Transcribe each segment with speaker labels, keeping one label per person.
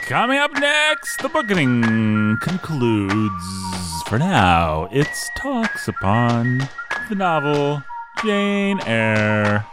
Speaker 1: Coming up next, the bookening concludes. For now, its talks upon the novel Jane Eyre.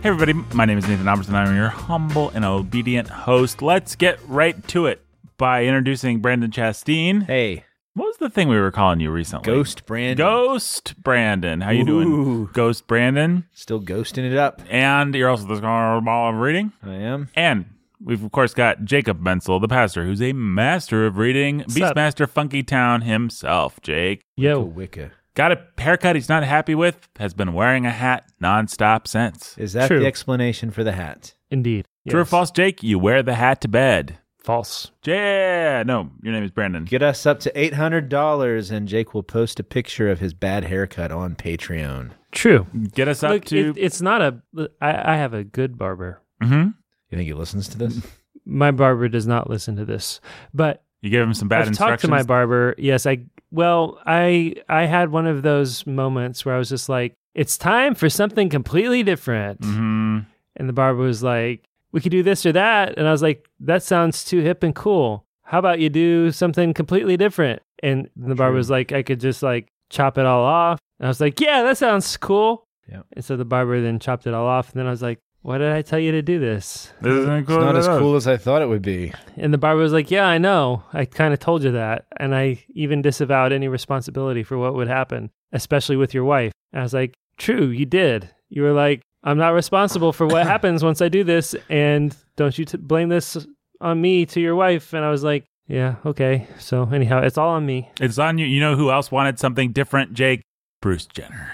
Speaker 1: Hey, everybody, my name is Nathan Robertson. I'm your humble and obedient host. Let's get right to it by introducing Brandon Chasteen.
Speaker 2: Hey,
Speaker 1: What was the thing we were calling you recently?
Speaker 2: Ghost Brandon.
Speaker 1: Ghost Brandon. How you doing?
Speaker 2: Ooh.
Speaker 1: Ghost Brandon.
Speaker 2: Still ghosting it up.
Speaker 1: And you're also the scholar of all of reading.
Speaker 2: I am.
Speaker 1: And we've, of course, got Jacob Bensel, the pastor, who's a master of reading,
Speaker 3: up?
Speaker 1: Beastmaster Funky Town himself, Jake.
Speaker 2: Oh,
Speaker 3: Yo,
Speaker 2: Wicca.
Speaker 1: Got a haircut he's not happy with, has been wearing a hat nonstop since.
Speaker 2: Is that
Speaker 3: True.
Speaker 2: the explanation for the hat?
Speaker 3: indeed.
Speaker 1: True or
Speaker 3: Yes.
Speaker 1: false, Jake? You wear the hat to bed.
Speaker 3: False.
Speaker 1: Yeah, no, your name is Brandon.
Speaker 2: Get us up to $800 and Jake will post a picture of his bad haircut on Patreon.
Speaker 3: True.
Speaker 1: Get us up
Speaker 3: Look,
Speaker 1: to.
Speaker 3: it, it's not a. I, I have a good barber.
Speaker 1: Mhm.
Speaker 2: You think he listens to this?
Speaker 3: My barber does not listen to this, but
Speaker 1: You give him some bad
Speaker 3: I've talked
Speaker 1: instructions.
Speaker 3: to my barber. Yes, I. Well, I I had one of those moments where I was just like, it's time for something completely different,
Speaker 1: Mhm.
Speaker 3: and the barber was like, we could do this or that, and I was like, that sounds too hip and cool. How about you do something completely different? And the barber was like, I could just like chop it all off, and I was like, yeah, that sounds cool.
Speaker 2: Yep.
Speaker 3: And so the barber then chopped it all off, and then I was like, why did I tell you to do this?
Speaker 1: This isn't
Speaker 2: It's
Speaker 1: cool.
Speaker 2: not
Speaker 1: at
Speaker 2: as
Speaker 1: all.
Speaker 2: cool as I thought it would be.
Speaker 3: And the barber was like, Yeah, I know. I kind of told you that. And I even disavowed any responsibility for what would happen, especially with your wife. And I was like, True, you did. You were like, I'm not responsible for what happens once I do this. And don't you t- blame this on me to your wife. And I was like, Yeah, okay. So, anyhow, it's all on me.
Speaker 1: It's on you. You know who else wanted something different, Jake? Bruce Jenner.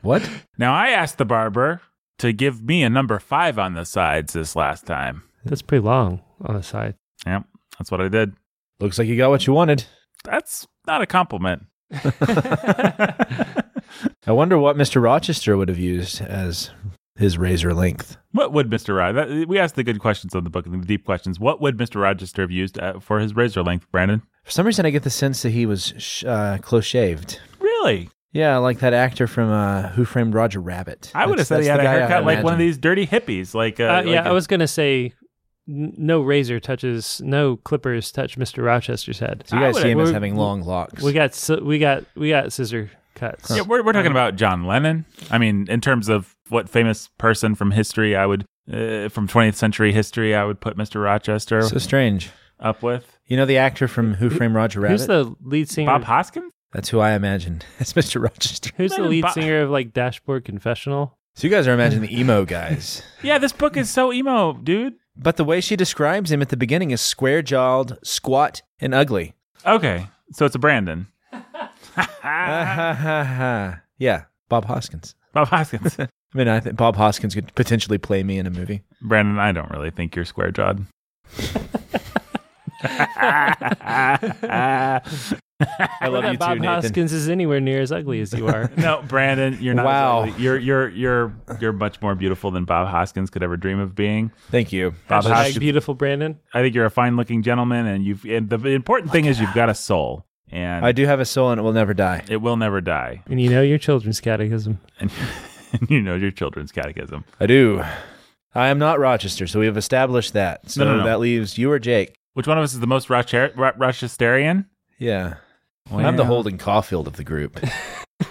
Speaker 2: What?
Speaker 1: Now, I asked the barber to give me a number five on the sides this last time.
Speaker 3: That's pretty long on the side.
Speaker 1: Yep, that's what I did.
Speaker 2: Looks like you got what you wanted.
Speaker 1: That's not a compliment.
Speaker 2: I wonder what Mr. Rochester would have used as his razor length.
Speaker 1: What would Mr. Rod? That, we asked the good questions on the book and the deep questions. What would Mr. Rochester have used uh, for his razor length, Brandon?
Speaker 2: For some reason, I get the sense that he was sh- uh, close shaved.
Speaker 1: Really?
Speaker 2: Yeah, like that actor from uh, Who Framed Roger Rabbit.
Speaker 1: I would have
Speaker 2: That's-
Speaker 1: said he had
Speaker 2: that's
Speaker 1: a
Speaker 2: the guy I
Speaker 1: haircut like one of
Speaker 2: imagine.
Speaker 1: these dirty hippies. Like, uh,
Speaker 3: Uh, yeah,
Speaker 1: like
Speaker 3: I was going to say. n- No razor touches, no clippers touch Mr. Rochester's head.
Speaker 2: So you guys
Speaker 1: I
Speaker 2: see him as
Speaker 3: would-
Speaker 2: having long locks.
Speaker 3: We got sci- we got we got scissor cuts.
Speaker 1: Yeah, we're, we're talking about John Lennon. I mean, in terms of what famous person from history, I would, uh, from 20th century history, I would put Mr. Rochester
Speaker 2: so strange.
Speaker 1: up with.
Speaker 2: You know the actor from Who Framed Roger Rabbit?
Speaker 3: Who's the lead singer?
Speaker 1: Bob Hoskins?
Speaker 2: That's who I imagined. That's Mr. Rochester.
Speaker 3: Who's the
Speaker 1: Not
Speaker 3: lead
Speaker 1: Bob-
Speaker 3: singer of like Dashboard Confessional?
Speaker 2: So you guys are imagining the emo guys.
Speaker 1: Yeah, this book is so emo, dude.
Speaker 2: But the way she describes him at the beginning is square jawed, squat, and ugly.
Speaker 1: Okay, so it's a Brandon.
Speaker 2: Ah, ha, ha, ha. Yeah, Bob Hoskins.
Speaker 1: Bob Hoskins.
Speaker 2: I mean, I think Bob Hoskins could potentially play me in a movie.
Speaker 1: Brandon, I don't really think you're square jawed.
Speaker 2: I love
Speaker 3: Not
Speaker 2: you
Speaker 3: Bob
Speaker 2: too, Nathan.
Speaker 3: Hoskins is anywhere near as ugly as you are.
Speaker 1: no, Brandon, you're not.
Speaker 2: Wow.
Speaker 1: you're you're you're you're much more beautiful than Bob Hoskins could ever dream of being.
Speaker 2: Thank you.
Speaker 1: Bob
Speaker 3: Hashtag
Speaker 1: Hoskins.
Speaker 3: beautiful Brandon.
Speaker 1: I think you're a fine-looking gentleman, and you've. And the important thing is you've got a soul, and
Speaker 2: I do have a soul and it will never die.
Speaker 1: it will never die.
Speaker 3: And you know your children's catechism.
Speaker 1: And you know your children's catechism.
Speaker 2: I do. I am not Rochester, so we have established that. So
Speaker 1: No, no, no.
Speaker 2: that leaves you or Jake.
Speaker 1: Which one of us is the most Rocher- Ro- Rochesterian?
Speaker 2: Yeah.
Speaker 1: Well,
Speaker 2: I'm the Holden Caulfield of the group.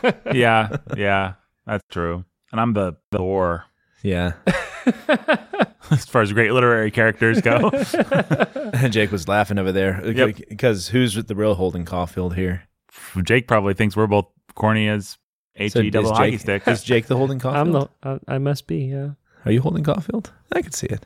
Speaker 1: Yeah, yeah, that's true. And I'm the the whore
Speaker 2: yeah.
Speaker 1: as far as great literary characters go.
Speaker 2: Jake was laughing over there
Speaker 1: Yep.
Speaker 2: because who's with the real Holden Caulfield here?
Speaker 1: Jake probably thinks we're both corny as H
Speaker 2: So
Speaker 1: E
Speaker 2: is
Speaker 1: double hockey
Speaker 2: Jake-
Speaker 1: stick.
Speaker 2: Is Jake the Holden Caulfield?
Speaker 3: I'm the. I, I must be. Yeah.
Speaker 2: Are you Holden Caulfield? I can see it.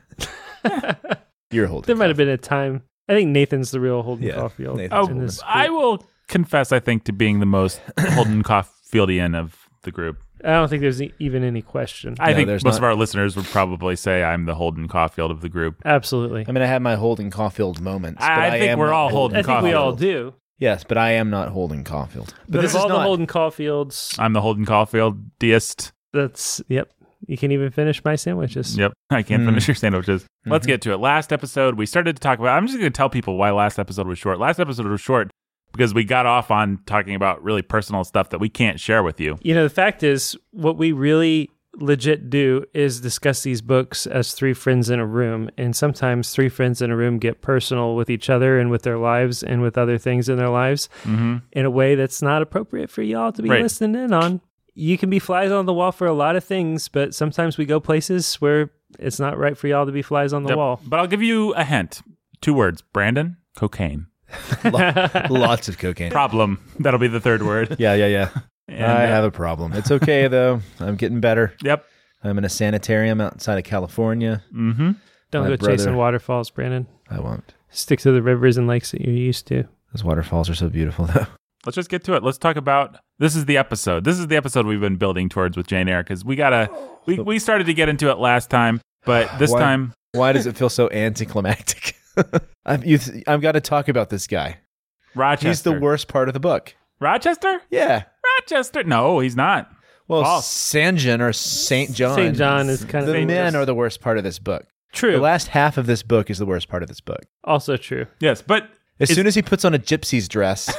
Speaker 2: You're Holden.
Speaker 3: There might have been a time. I think Nathan's the real Holden
Speaker 2: Yeah,
Speaker 3: Caulfield.
Speaker 2: Nathan's
Speaker 3: in
Speaker 1: Oh,
Speaker 3: this
Speaker 1: I
Speaker 3: group.
Speaker 1: will confess, I think, to being the most Holden Caulfieldian of the group.
Speaker 3: I don't think there's e- even any question.
Speaker 1: I
Speaker 2: No,
Speaker 1: think most
Speaker 2: there's
Speaker 1: of
Speaker 2: not.
Speaker 1: our listeners would probably say I'm the Holden Caulfield of the group.
Speaker 3: Absolutely.
Speaker 2: I mean, I had my Holden Caulfield moments. but
Speaker 1: I
Speaker 2: I,
Speaker 1: think
Speaker 2: am
Speaker 1: we're
Speaker 2: not
Speaker 1: all
Speaker 3: I
Speaker 1: Holden
Speaker 3: think we all
Speaker 1: Caulfield.
Speaker 3: do.
Speaker 2: Yes, but I am not Holden Caulfield.
Speaker 3: But,
Speaker 2: this
Speaker 3: of all
Speaker 2: is
Speaker 3: the
Speaker 2: not.
Speaker 3: Holden Caulfields,
Speaker 1: I'm the Holden Caulfield deist.
Speaker 3: that's yep. You can even finish my sandwiches.
Speaker 1: Yep. I can't
Speaker 2: Mm.
Speaker 1: finish your sandwiches. Let's
Speaker 2: Mhm.
Speaker 1: get to it. Last episode, we started to talk about. I'm just going to tell people why last episode was short. Last episode was short because we got off on talking about really personal stuff that we can't share with you.
Speaker 3: You know, the fact is, what we really legit do is discuss these books as three friends in a room. And sometimes three friends in a room get personal with each other and with their lives and with other things in their lives in a way that's not appropriate for y'all to be
Speaker 1: Mm-hmm. Right.
Speaker 3: listening in on. You can be flies on the wall for a lot of things, but sometimes we go places where it's not right for y'all to be flies on the
Speaker 1: Yep.
Speaker 3: wall.
Speaker 1: But I'll give you a hint. Two words Brandon, cocaine.
Speaker 2: Lots of cocaine.
Speaker 1: Problem. That'll be the third word.
Speaker 2: yeah, yeah, yeah.
Speaker 1: And,
Speaker 2: I
Speaker 1: uh,
Speaker 2: have a problem. It's okay though. I'm getting better.
Speaker 1: Yep.
Speaker 2: I'm in a sanitarium outside of California.
Speaker 1: Mm-hmm.
Speaker 2: My
Speaker 3: Don't go chasing
Speaker 2: brother-
Speaker 3: waterfalls, Brandon.
Speaker 2: I won't.
Speaker 3: Stick to the rivers and lakes that you're used to.
Speaker 2: Those waterfalls are so beautiful though.
Speaker 1: Let's just get to it. Let's talk about this is the episode. This is the episode we've been building towards with Jane Eyre because we gotta we, we started to get into it last time, but this
Speaker 2: Why-
Speaker 1: time
Speaker 2: Why does it feel so anticlimactic? I've, you th- I've got to talk about this guy.
Speaker 1: Rochester.
Speaker 2: He's the worst part of the book.
Speaker 1: Rochester?
Speaker 2: Yeah.
Speaker 1: Rochester? No, he's not.
Speaker 2: Well,
Speaker 1: False.
Speaker 2: San John or Saint John.
Speaker 3: St. John is kind of
Speaker 2: The men
Speaker 3: dangerous.
Speaker 2: are the worst part of this book.
Speaker 3: true.
Speaker 2: The last half of this book is the worst part of this book.
Speaker 3: also true.
Speaker 1: Yes, but
Speaker 2: As
Speaker 1: It's-
Speaker 2: soon as he puts on a gypsy's dress,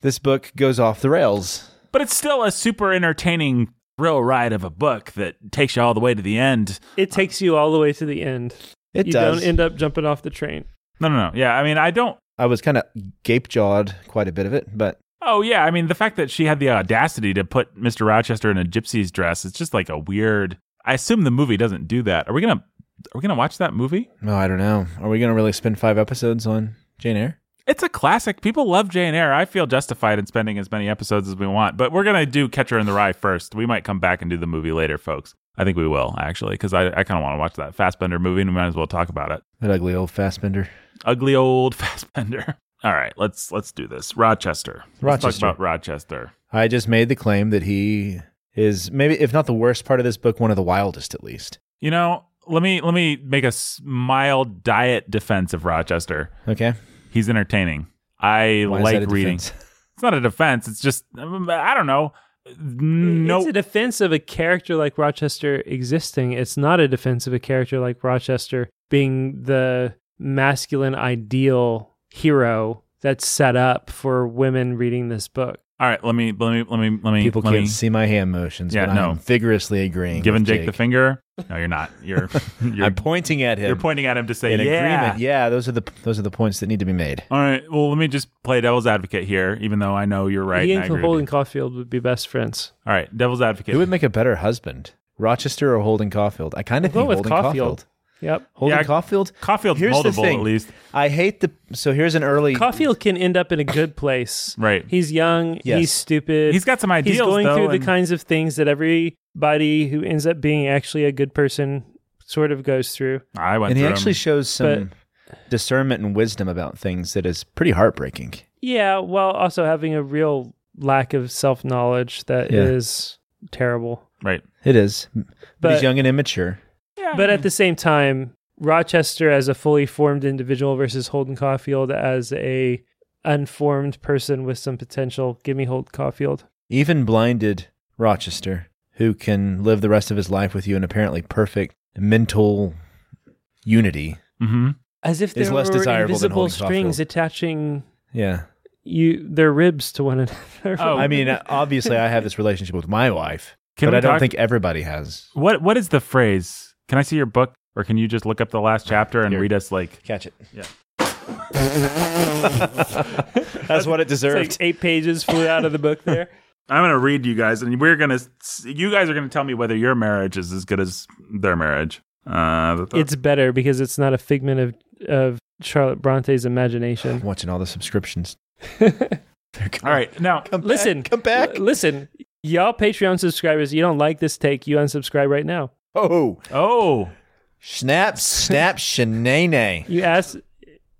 Speaker 2: this book goes off the rails.
Speaker 1: but it's still a super entertaining thrill ride of a book that takes you all the way to the end.
Speaker 3: It takes you all the way to the end.
Speaker 2: It
Speaker 3: you
Speaker 2: does.
Speaker 3: don't end up jumping off the train.
Speaker 1: No, no, no. Yeah, I mean, I don't.
Speaker 2: I was kind of gape jawed quite a bit of it, but
Speaker 1: Oh yeah, I mean, the fact that she had the audacity to put Mr. Rochester in a gypsy's dress is just like a weird. I assume the movie doesn't do that. Are we gonna Are we gonna watch that movie?
Speaker 2: no, I don't know. Are we going to really spend five episodes on Jane Eyre?
Speaker 1: It's a classic. People love Jane Eyre. I feel justified in spending as many episodes as we want, but we're going to do Catcher in the Rye first. We might come back and do the movie later, folks. I think we will, actually, because I, I kind of want to watch that Fastbender movie and we might as well talk about it.
Speaker 2: That ugly old Fassbender.
Speaker 1: Ugly old Fastbender. All right, let's let's do this. Rochester. Let's
Speaker 2: Rochester.
Speaker 1: talk about Rochester.
Speaker 2: I just made the claim that he is maybe, if not the worst part of this book, one of the wildest at least.
Speaker 1: You know, let me let me make a s- mild diet defense of Rochester.
Speaker 2: Okay.
Speaker 1: He's entertaining. I
Speaker 2: Why is that a
Speaker 1: like reading.
Speaker 2: defense?
Speaker 1: It's not a defense. It's just um, I don't know. No,
Speaker 3: It's a defense of a character like Rochester existing. It's not a defense of a character like Rochester being the masculine ideal hero that's set up for women reading this book.
Speaker 1: All right, let me let me let me let me
Speaker 2: People
Speaker 1: let
Speaker 2: can't
Speaker 1: me-
Speaker 2: see my hand motions,
Speaker 1: Yeah,
Speaker 2: but
Speaker 1: no.
Speaker 2: I'm vigorously agreeing.
Speaker 1: giving
Speaker 2: with
Speaker 1: Jake, the finger. No, you're not. You're you're,
Speaker 2: I'm pointing at him.
Speaker 1: you're pointing at him to say
Speaker 2: in
Speaker 1: yeah.
Speaker 2: agreement. Yeah, those are the those are the points that need to be made.
Speaker 1: All right. Well, let me just play devil's advocate here, even though I know you're right.
Speaker 3: He
Speaker 1: and I
Speaker 3: and
Speaker 1: agree with
Speaker 3: Holden
Speaker 1: you.
Speaker 3: Caulfield would be best friends.
Speaker 1: All right, devil's advocate.
Speaker 2: Who would make a better husband, Rochester or Holden Caulfield? I kind of
Speaker 3: We'll
Speaker 2: think
Speaker 3: go with
Speaker 2: Holden
Speaker 3: Caulfield.
Speaker 2: Caulfield.
Speaker 3: Yep.
Speaker 2: Holden
Speaker 1: Yeah,
Speaker 2: Caulfield.
Speaker 1: Caulfield's
Speaker 2: Here's the
Speaker 1: moldable
Speaker 2: thing.
Speaker 1: at least.
Speaker 2: I hate the. So here's an early.
Speaker 3: Caulfield can end up in a good place.
Speaker 1: Right.
Speaker 3: He's young.
Speaker 2: Yes.
Speaker 3: He's stupid.
Speaker 1: He's got some ideals.
Speaker 3: he's going
Speaker 1: though,
Speaker 3: through the
Speaker 1: and-
Speaker 3: kinds of things that everybody who ends up being actually a good person sort of goes through.
Speaker 1: I went
Speaker 2: and he
Speaker 1: through
Speaker 2: actually
Speaker 1: him.
Speaker 2: shows some discernment and wisdom about things that is pretty heartbreaking.
Speaker 3: Yeah, while also having a real lack of self knowledge that is
Speaker 2: Yeah.
Speaker 3: terrible.
Speaker 1: right.
Speaker 2: It is, but,
Speaker 3: But
Speaker 2: he's young and immature.
Speaker 3: but at the same time, Rochester as a fully formed individual versus Holden Caulfield as a unformed person with some potential. Give me Holden Caulfield.
Speaker 2: Even blinded Rochester, who can live the rest of his life with you in apparently perfect mental unity.
Speaker 1: hmm
Speaker 3: As if
Speaker 2: Is
Speaker 3: there
Speaker 2: less
Speaker 3: were
Speaker 2: desirable than
Speaker 3: invisible
Speaker 2: Holden
Speaker 3: strings
Speaker 2: Caulfield.
Speaker 3: attaching
Speaker 2: Yeah.
Speaker 3: you their ribs to one another.
Speaker 1: Oh.
Speaker 2: I mean, obviously, I have this relationship with my wife,
Speaker 1: Can
Speaker 2: but
Speaker 1: we
Speaker 2: I don't
Speaker 1: talk-
Speaker 2: think everybody has.
Speaker 1: What what is the phrase? Can I see your book, or can you just look up the last chapter and
Speaker 2: Here.
Speaker 1: read us like?
Speaker 2: Catch it.
Speaker 1: Yeah.
Speaker 2: That's what it deserved.
Speaker 3: It's like eight pages flew out of the book there.
Speaker 1: I'm gonna read you guys, and we're gonna. You guys are gonna tell me whether your marriage is as good as their marriage. Uh,
Speaker 3: it's better because it's not a figment of of Charlotte Bronte's
Speaker 2: I'm
Speaker 3: imagination.
Speaker 2: watching all the subscriptions. They're
Speaker 1: all right now.
Speaker 2: Come back,
Speaker 3: Listen,
Speaker 2: come back.
Speaker 3: L- listen, y'all Patreon subscribers, you don't like this take, you unsubscribe right now.
Speaker 2: Oh,
Speaker 1: Oh,
Speaker 2: snap, snap, shenane.
Speaker 3: You asked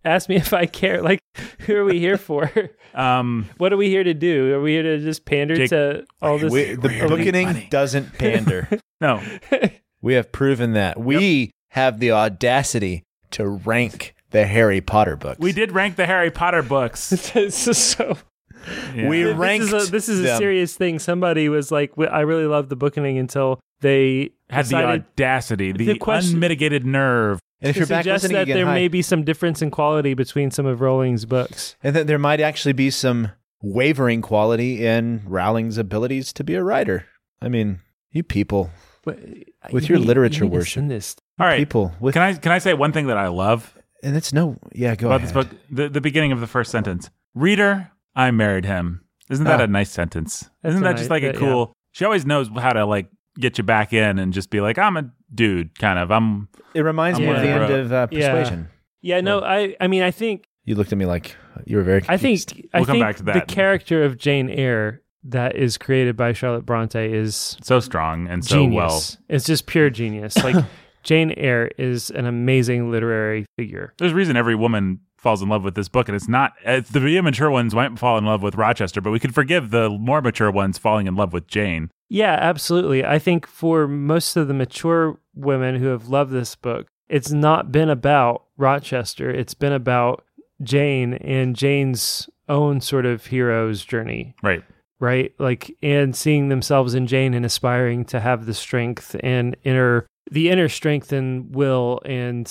Speaker 3: ask me if I care. Like, who are we here for?
Speaker 1: Um,
Speaker 3: what are we here to do? Are we here to just pander
Speaker 1: Jake,
Speaker 3: to all this?
Speaker 2: We, the
Speaker 1: really
Speaker 2: booking
Speaker 1: funny.
Speaker 2: doesn't pander.
Speaker 1: no,
Speaker 2: we have proven that. We have the audacity to rank the Harry Potter books.
Speaker 1: we did rank the Harry Potter books.
Speaker 3: this is so.
Speaker 1: Yeah.
Speaker 2: We
Speaker 3: This
Speaker 2: ranked.
Speaker 3: is a, this is a
Speaker 2: them.
Speaker 3: serious thing. Somebody was like, "W- "I really love the bookening until they
Speaker 1: had the
Speaker 3: decided
Speaker 1: audacity, the,
Speaker 3: The question-
Speaker 1: unmitigated nerve.
Speaker 2: And if
Speaker 3: to
Speaker 2: you're back
Speaker 3: suggest
Speaker 2: listening
Speaker 3: that
Speaker 2: again,
Speaker 3: there
Speaker 2: hi.
Speaker 3: may be some difference in quality between some of Rowling's books."
Speaker 2: and that there might actually be some wavering quality in Rowling's abilities to be a writer. I mean, you people,
Speaker 3: But- uh,
Speaker 2: With
Speaker 3: you
Speaker 2: your
Speaker 3: need-
Speaker 2: literature
Speaker 3: you need to
Speaker 2: worship.
Speaker 3: send this.
Speaker 1: All right,
Speaker 2: people with,
Speaker 1: can I can I say one thing that I love
Speaker 2: and it's no, yeah, go
Speaker 1: about
Speaker 2: ahead.
Speaker 1: this book? The, the beginning of the first sentence: "Reader, I married him." Isn't that
Speaker 2: Ah.
Speaker 1: a nice sentence?
Speaker 3: That's
Speaker 1: Isn't
Speaker 3: a
Speaker 1: that
Speaker 3: nice-
Speaker 1: just like a
Speaker 3: that-
Speaker 1: cool? She always knows how to like get you back in and just be like, "I'm a dude," kind of. I'm
Speaker 2: It reminds
Speaker 1: I'm
Speaker 2: me of
Speaker 3: one
Speaker 2: the
Speaker 3: of
Speaker 2: end
Speaker 1: the-
Speaker 2: of uh,
Speaker 3: Yeah.
Speaker 2: Persuasion.
Speaker 3: Yeah, no,
Speaker 2: Well-
Speaker 3: I, I mean, I think,
Speaker 2: You looked at me like you were very.
Speaker 3: I think,
Speaker 2: Confused.
Speaker 3: I
Speaker 1: We'll come
Speaker 3: think
Speaker 1: back to
Speaker 3: the
Speaker 1: that.
Speaker 3: character of Jane Eyre that is created by Charlotte Bronte is
Speaker 1: so strong and so well.
Speaker 3: genius. It's just pure genius. Like Jane Eyre is an amazing literary figure.
Speaker 1: There's a reason every woman falls in love with this book, and it's not it's the immature ones might fall in love with Rochester, but we could forgive the more mature ones falling in love with Jane.
Speaker 3: Yeah, absolutely. I think for most of the mature women who have loved this book, it's not been about Rochester. It's been about Jane and Jane's own sort of hero's journey.
Speaker 1: Right.
Speaker 3: right? Like and seeing themselves in Jane and aspiring to have the strength and inner the inner strength and will and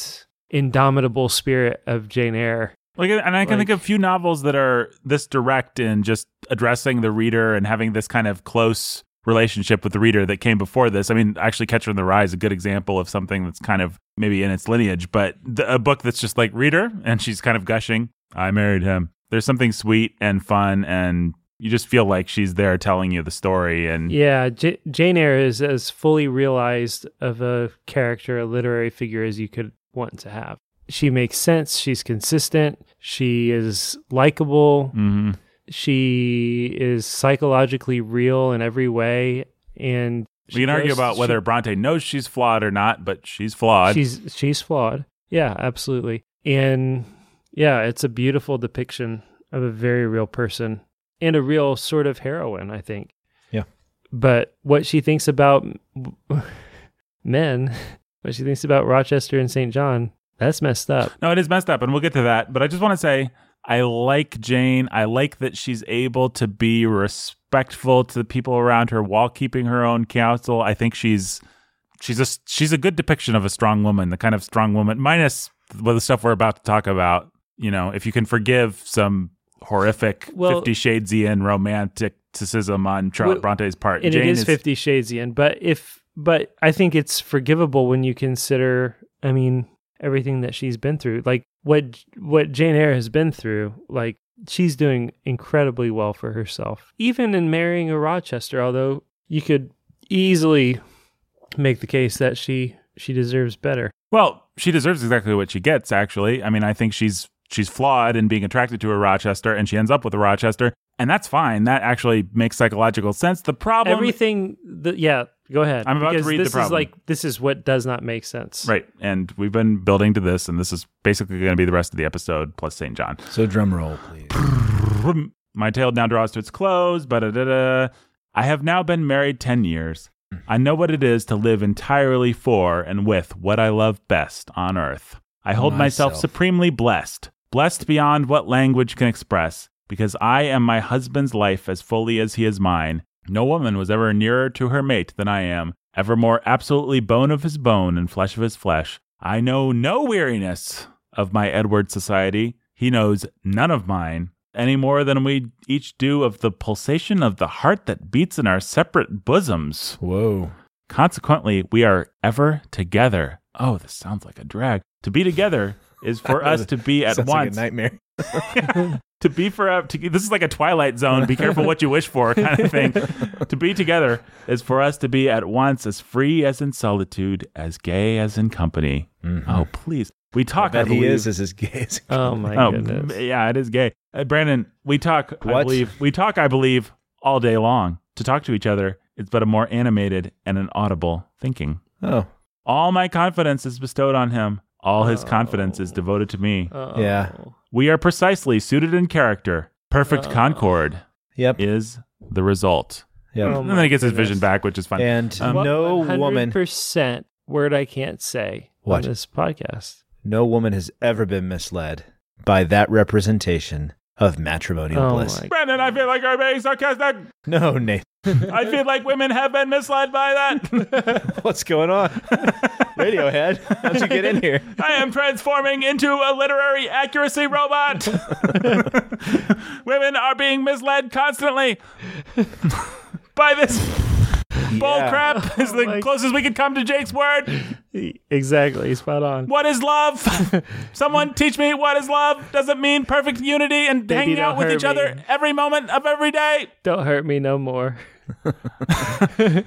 Speaker 3: indomitable spirit of Jane Eyre.
Speaker 1: Like, and I can
Speaker 3: Like-
Speaker 1: think of few novels that are this direct in just addressing the reader and having this kind of close relationship with the reader that came before this. I mean, actually, Catcher in the Rye is a good example of something that's kind of maybe in its lineage, but the, a book that's just like reader, and she's kind of gushing, "I married him." There's something sweet and fun, and you just feel like she's there telling you the story. And
Speaker 3: Yeah, J- Jane Eyre is as fully realized of a character, a literary figure as you could want to have. She makes sense, she's consistent, she is likable,
Speaker 1: Mhm.
Speaker 3: she is psychologically real in every way and
Speaker 1: we can argue about whether Bronte knows she's flawed or not, but she's flawed.
Speaker 3: she's she's flawed. Yeah, absolutely. And yeah, it's a beautiful depiction of a very real person and a real sort of heroine, I think.
Speaker 2: Yeah.
Speaker 3: But what she thinks about m- men, what she thinks about Rochester and St. John, that's messed up.
Speaker 1: No, it is messed up, and we'll get to that. But I just want to say I like Jane. I like that she's able to be respectful to the people around her while keeping her own counsel. I think she's she's a she's a good depiction of a strong woman, the kind of strong woman minus well, the stuff we're about to talk about. You know, if you can forgive some horrific
Speaker 3: Well-
Speaker 1: Fifty Shadesian romanticism on Charlotte
Speaker 3: Well,
Speaker 1: Bronte's part,
Speaker 3: and
Speaker 1: Jane
Speaker 3: it is, Fifty Shades in. But if but I think it's forgivable when you consider, I mean, everything that she's been through, like what what Jane Eyre has been through, like she's doing incredibly well for herself, even in marrying a Rochester. Although you could easily make the case that she she deserves better.
Speaker 1: Well, she deserves exactly what she gets. Actually, I mean, I think she's she's flawed in being attracted to a Rochester, and she ends up with a Rochester, and that's fine. That actually makes psychological sense. The problem,
Speaker 3: Everything, the, yeah. Go ahead.
Speaker 1: I'm about to
Speaker 3: because
Speaker 1: read the
Speaker 3: this is
Speaker 1: problem.
Speaker 3: like this is what does not make sense.
Speaker 1: right? And we've been building to this, and this is basically going to be the rest of the episode plus Saint John.
Speaker 2: so. Drum roll, please.
Speaker 1: My tale now draws to its close. But I have now been married ten years. I know what it is to live entirely for and with what I love best on earth. I hold myself
Speaker 2: Myself.
Speaker 1: supremely blessed, blessed beyond what language can express, because I am my husband's life as fully as he is mine. No woman was ever nearer to her mate than I am, ever more absolutely bone of his bone and flesh of his flesh. I know no weariness of my Edward society. He knows none of mine, any more than we each do of the pulsation of the heart that beats in our separate bosoms.
Speaker 2: Whoa.
Speaker 1: Consequently, we are ever together. Oh, this sounds like a drag. To be together is for us to be at
Speaker 2: Sounds like
Speaker 1: once.
Speaker 2: a nightmare.
Speaker 1: to be forever. To, this is like a Twilight Zone. Be careful what you wish for, kind of thing. to be together is for us to be at once as free as in solitude, as gay as in company. Oh, please. We talk.
Speaker 2: that
Speaker 1: I
Speaker 2: he
Speaker 1: believe.
Speaker 2: is is his gaze.
Speaker 3: Oh my
Speaker 1: Oh,
Speaker 3: goodness.
Speaker 1: m- yeah, it is gay. Uh, Brandon, we talk. I
Speaker 2: What?
Speaker 1: believe we talk. I believe all day long to talk to each other. It's but a more animated and an audible thinking.
Speaker 2: Oh,
Speaker 1: All my confidence is bestowed on him. All his
Speaker 3: Oh.
Speaker 1: confidence is devoted to me.
Speaker 3: Oh.
Speaker 2: Yeah.
Speaker 1: We are precisely suited in character. Perfect
Speaker 3: Oh.
Speaker 1: concord
Speaker 2: Yep.
Speaker 1: is the result.
Speaker 2: Yep.
Speaker 3: Oh
Speaker 1: and
Speaker 3: my
Speaker 1: then he gets his
Speaker 3: goodness.
Speaker 1: vision back, which is fun.
Speaker 2: and
Speaker 1: Um,
Speaker 2: no woman,
Speaker 3: percent word I can't say
Speaker 2: What?
Speaker 3: on this podcast.
Speaker 2: no woman has ever been misled by that representation of matrimonial
Speaker 3: Oh
Speaker 2: bliss.
Speaker 3: my-
Speaker 1: Brandon, I feel like you're being sarcastic.
Speaker 2: No, Nate.
Speaker 1: I feel like women have been misled by that.
Speaker 2: What's going on? Radiohead, how'd you get in here?
Speaker 1: I am transforming into a literary accuracy robot. women are being misled constantly by this bull
Speaker 2: Yeah.
Speaker 1: crap. Is the
Speaker 3: my-
Speaker 1: closest we could come to Jake's word.
Speaker 3: Exactly, spot on.
Speaker 1: What is love? Someone teach me what is love. Does it mean perfect unity and
Speaker 3: Baby,
Speaker 1: hanging out
Speaker 3: don't
Speaker 1: with each
Speaker 3: hurt
Speaker 1: other
Speaker 3: me.
Speaker 1: every moment of every day?
Speaker 3: Don't hurt me no more.
Speaker 1: Uh,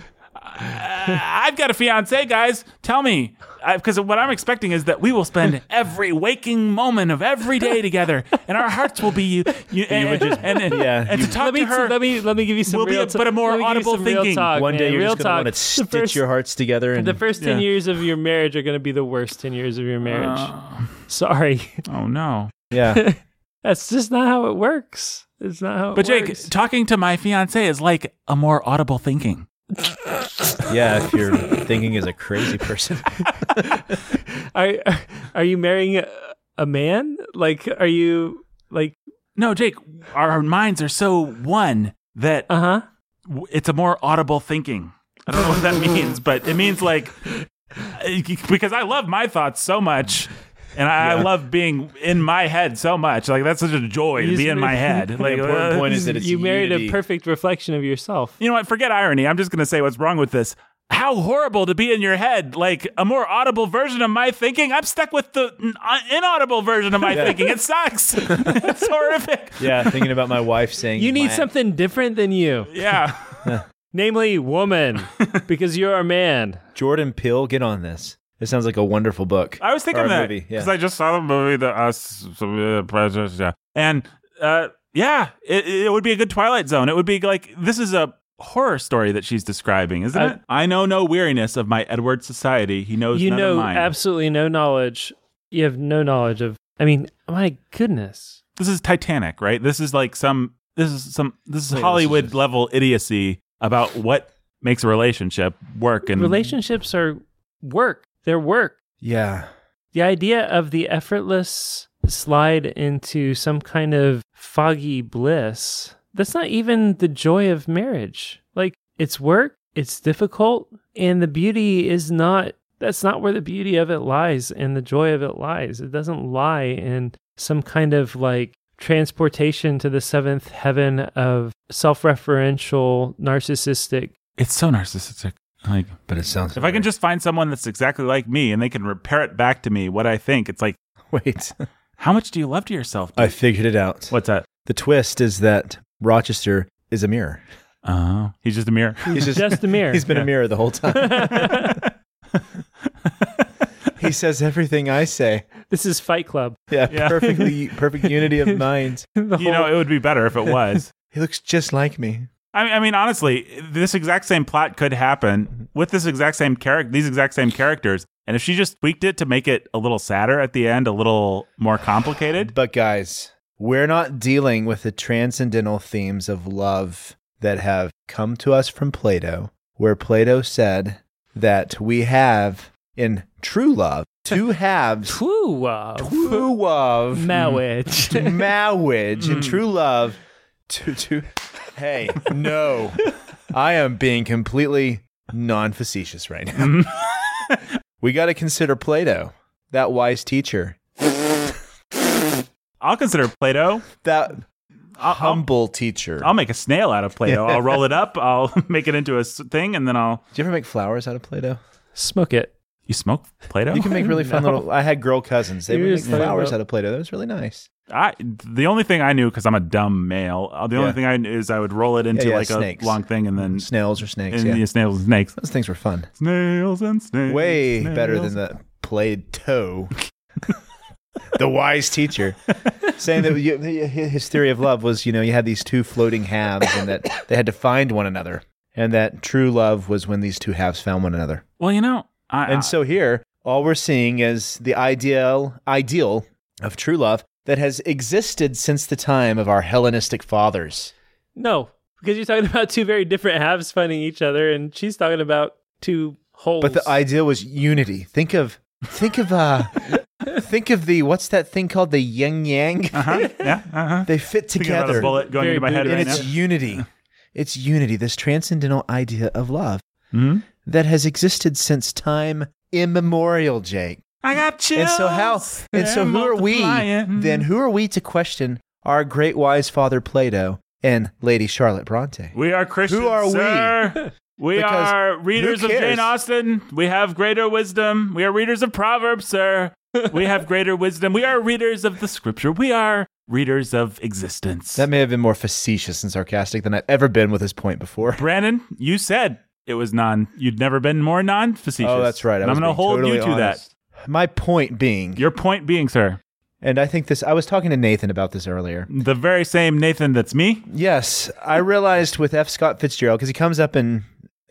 Speaker 1: I've got a fiance, guys. Tell me, because what I'm expecting is that we will spend every waking moment of every day together, and our hearts will be you. you and, and, and,
Speaker 2: yeah,
Speaker 1: and
Speaker 2: you-
Speaker 1: to talk
Speaker 3: Let me,
Speaker 1: to her.
Speaker 3: let me let me give you some
Speaker 1: Will be
Speaker 3: real
Speaker 1: a- but a more
Speaker 3: let me give you
Speaker 1: audible
Speaker 3: some real
Speaker 1: thinking.
Speaker 3: talk,
Speaker 2: One day
Speaker 3: man.
Speaker 2: you're
Speaker 3: real
Speaker 2: just going to
Speaker 3: talk.
Speaker 2: want to stitch
Speaker 3: the first,
Speaker 2: your hearts together. And
Speaker 3: The first ten
Speaker 1: Yeah.
Speaker 3: years of your marriage are going to be the worst ten years of your marriage. Sorry,
Speaker 1: Uh, oh no!
Speaker 2: yeah,
Speaker 3: that's just not how it works. It's not how. It
Speaker 1: But Jake,
Speaker 3: works.
Speaker 1: talking to my fiance is like a more audible thinking.
Speaker 2: yeah. If you're thinking as a crazy person,
Speaker 3: are are you marrying a, a man? Like, are you like
Speaker 1: No, Jake, our minds are so one that
Speaker 3: uh huh?
Speaker 1: w- it's a more audible thinking. I don't know what that means, but it means like because I love my thoughts so much. And I, I love being in my head so much. Like that's such a joy to
Speaker 3: You
Speaker 1: be in
Speaker 3: just-
Speaker 1: my head. Like
Speaker 2: important
Speaker 1: uh,
Speaker 2: point is that it's
Speaker 3: You married
Speaker 2: unity.
Speaker 3: a perfect reflection of yourself.
Speaker 1: you know what? Forget irony. I'm just gonna say what's wrong with this. How horrible to be in your head. Like a more audible version of my thinking. I'm stuck with the n- uh, inaudible version of my thinking. It sucks. it's horrific.
Speaker 2: yeah. Thinking about my wife saying,
Speaker 3: You need
Speaker 2: "My-
Speaker 3: something different than you,
Speaker 1: Yeah.
Speaker 3: namely woman, because you're a man.
Speaker 2: Jordan Peele, get on this. This sounds like a wonderful book.
Speaker 1: I was thinking
Speaker 2: Or a
Speaker 1: that
Speaker 2: movie, yeah.
Speaker 1: because I just saw the movie The Us, uh, Prejudice, yeah. and uh, yeah, it, it would be a good Twilight Zone. It would be like this is a horror story that she's describing, isn't
Speaker 3: I-
Speaker 1: it? I know no weariness of my Edward society. He knows
Speaker 3: you
Speaker 1: none of
Speaker 3: know
Speaker 1: mine.
Speaker 3: absolutely no knowledge. You have no knowledge of. I mean, my goodness.
Speaker 1: this is Titanic, right? This is like some this is some this is
Speaker 2: Yeah, this is
Speaker 1: Hollywood
Speaker 2: just-
Speaker 1: level idiocy about what makes a relationship work and
Speaker 3: Relationships are work. They're work.
Speaker 2: yeah.
Speaker 3: The idea of the effortless slide into some kind of foggy bliss, that's not even the joy of marriage. Like, it's work, it's difficult, and the beauty is not, that's not where the beauty of it lies and the joy of it lies. It doesn't lie in some kind of like transportation to the seventh heaven of self referential, narcissistic.
Speaker 1: It's so narcissistic. Like
Speaker 2: But it sounds.
Speaker 1: if I can just find someone that's exactly like me and they can repair it back to me what I think, it's like
Speaker 2: wait,
Speaker 1: How much do you love to yourself?
Speaker 2: I figured it out.
Speaker 1: What's that?
Speaker 2: The twist is that Rochester is a mirror.
Speaker 1: Oh, he's just a mirror.
Speaker 2: He's
Speaker 3: Just a mirror.
Speaker 2: He's been
Speaker 1: Yeah.
Speaker 2: a mirror the whole time. he says everything I say.
Speaker 3: This is Fight Club.
Speaker 2: Yeah,
Speaker 1: Yeah.
Speaker 2: perfectly perfect unity of mind.
Speaker 3: The
Speaker 1: you know, it would be better if it was.
Speaker 2: He looks just like me.
Speaker 1: I, I mean, honestly, this exact same plot could happen with this exact same character, these exact same characters, and if she just tweaked it to make it a little sadder at the end, a little more complicated.
Speaker 2: But guys, we're not dealing with the transcendental themes of love that have come to us from Plato, where Plato said that we have in true love two halves,
Speaker 3: True of
Speaker 2: true love,
Speaker 3: marriage.
Speaker 2: marriage, and
Speaker 1: Mm.
Speaker 2: true love. Two, two. Hey, no, I am being completely non-facetious right now. We got to consider Plato, that wise teacher,
Speaker 1: I'll consider Plato.
Speaker 2: that
Speaker 1: I'll, I'll,
Speaker 2: humble teacher.
Speaker 1: I'll make a snail out of Plato. I'll roll it up. I'll make it into a s- thing, and then I'll.
Speaker 2: Do you ever make flowers out of Play-Doh?
Speaker 3: Smoke it.
Speaker 1: You smoke Plato?
Speaker 2: You can make really fun
Speaker 3: No.
Speaker 2: little. I had girl cousins. They
Speaker 3: You
Speaker 2: would make
Speaker 3: just like-
Speaker 2: flowers out of Play-Doh. That was really nice.
Speaker 1: I the only thing I knew because I'm a dumb male. uh, The only
Speaker 2: Yeah.
Speaker 1: thing I knew is I would roll it into
Speaker 2: yeah,
Speaker 1: like
Speaker 2: snakes.
Speaker 1: a long thing and then
Speaker 2: Snails or snakes.
Speaker 1: and
Speaker 2: yeah,
Speaker 1: yeah, snails and snakes.
Speaker 2: those things were fun.
Speaker 1: Snails and snakes.
Speaker 2: Way
Speaker 1: snails.
Speaker 2: better than the Play-Doh. the wise teacher saying that you, his theory of love was, you know, you had these two floating halves, and that they had to find one another, and that true love was when these two halves found one another.
Speaker 1: Well, you know, I,
Speaker 2: And so here, all we're seeing is the ideal ideal of true love that has existed since the time of our Hellenistic fathers.
Speaker 3: No, because you're talking about two very different halves finding each other, and she's talking about two wholes.
Speaker 2: But the ideal was unity. Think of think of uh think of the what's that thing called the yin yang?
Speaker 1: Uh huh. Yeah. Uh huh.
Speaker 2: They fit
Speaker 1: Thinking about a
Speaker 2: together
Speaker 1: bullet going
Speaker 3: Very
Speaker 1: into my head
Speaker 3: booty.
Speaker 2: and
Speaker 1: right
Speaker 2: it's
Speaker 1: now.
Speaker 2: unity. It's unity, this transcendental idea of love
Speaker 1: Mhm.
Speaker 2: that has existed since time immemorial, Jake.
Speaker 1: I got chills.
Speaker 2: And so how and
Speaker 1: They're
Speaker 2: so who are we
Speaker 1: multiplying.
Speaker 2: then who are we to question our great wise father Plato and Lady Charlotte Bronte?
Speaker 1: We are Christians.
Speaker 2: Who are we?
Speaker 1: sir. We
Speaker 2: Because
Speaker 1: are readers
Speaker 2: who
Speaker 1: of Jane
Speaker 2: cares?
Speaker 1: Austen. We have greater wisdom. We are readers of Proverbs, sir. We have greater wisdom. We are readers of the scripture. We are readers of existence.
Speaker 2: That may have been more facetious and sarcastic than I've ever been with this point before.
Speaker 1: Brandon, you said it was non. You'd never been more non facetious.
Speaker 2: Oh, that's right. I
Speaker 1: And I'm
Speaker 2: was
Speaker 1: going to
Speaker 2: being
Speaker 1: hold
Speaker 2: totally
Speaker 1: you to
Speaker 2: honest. My point being,
Speaker 1: that. Your point being, sir,
Speaker 2: and I think this, I was talking to Nathan about this earlier.
Speaker 1: the very same Nathan that's me.
Speaker 2: Yes, I realized with F. Scott Fitzgerald, because he comes up in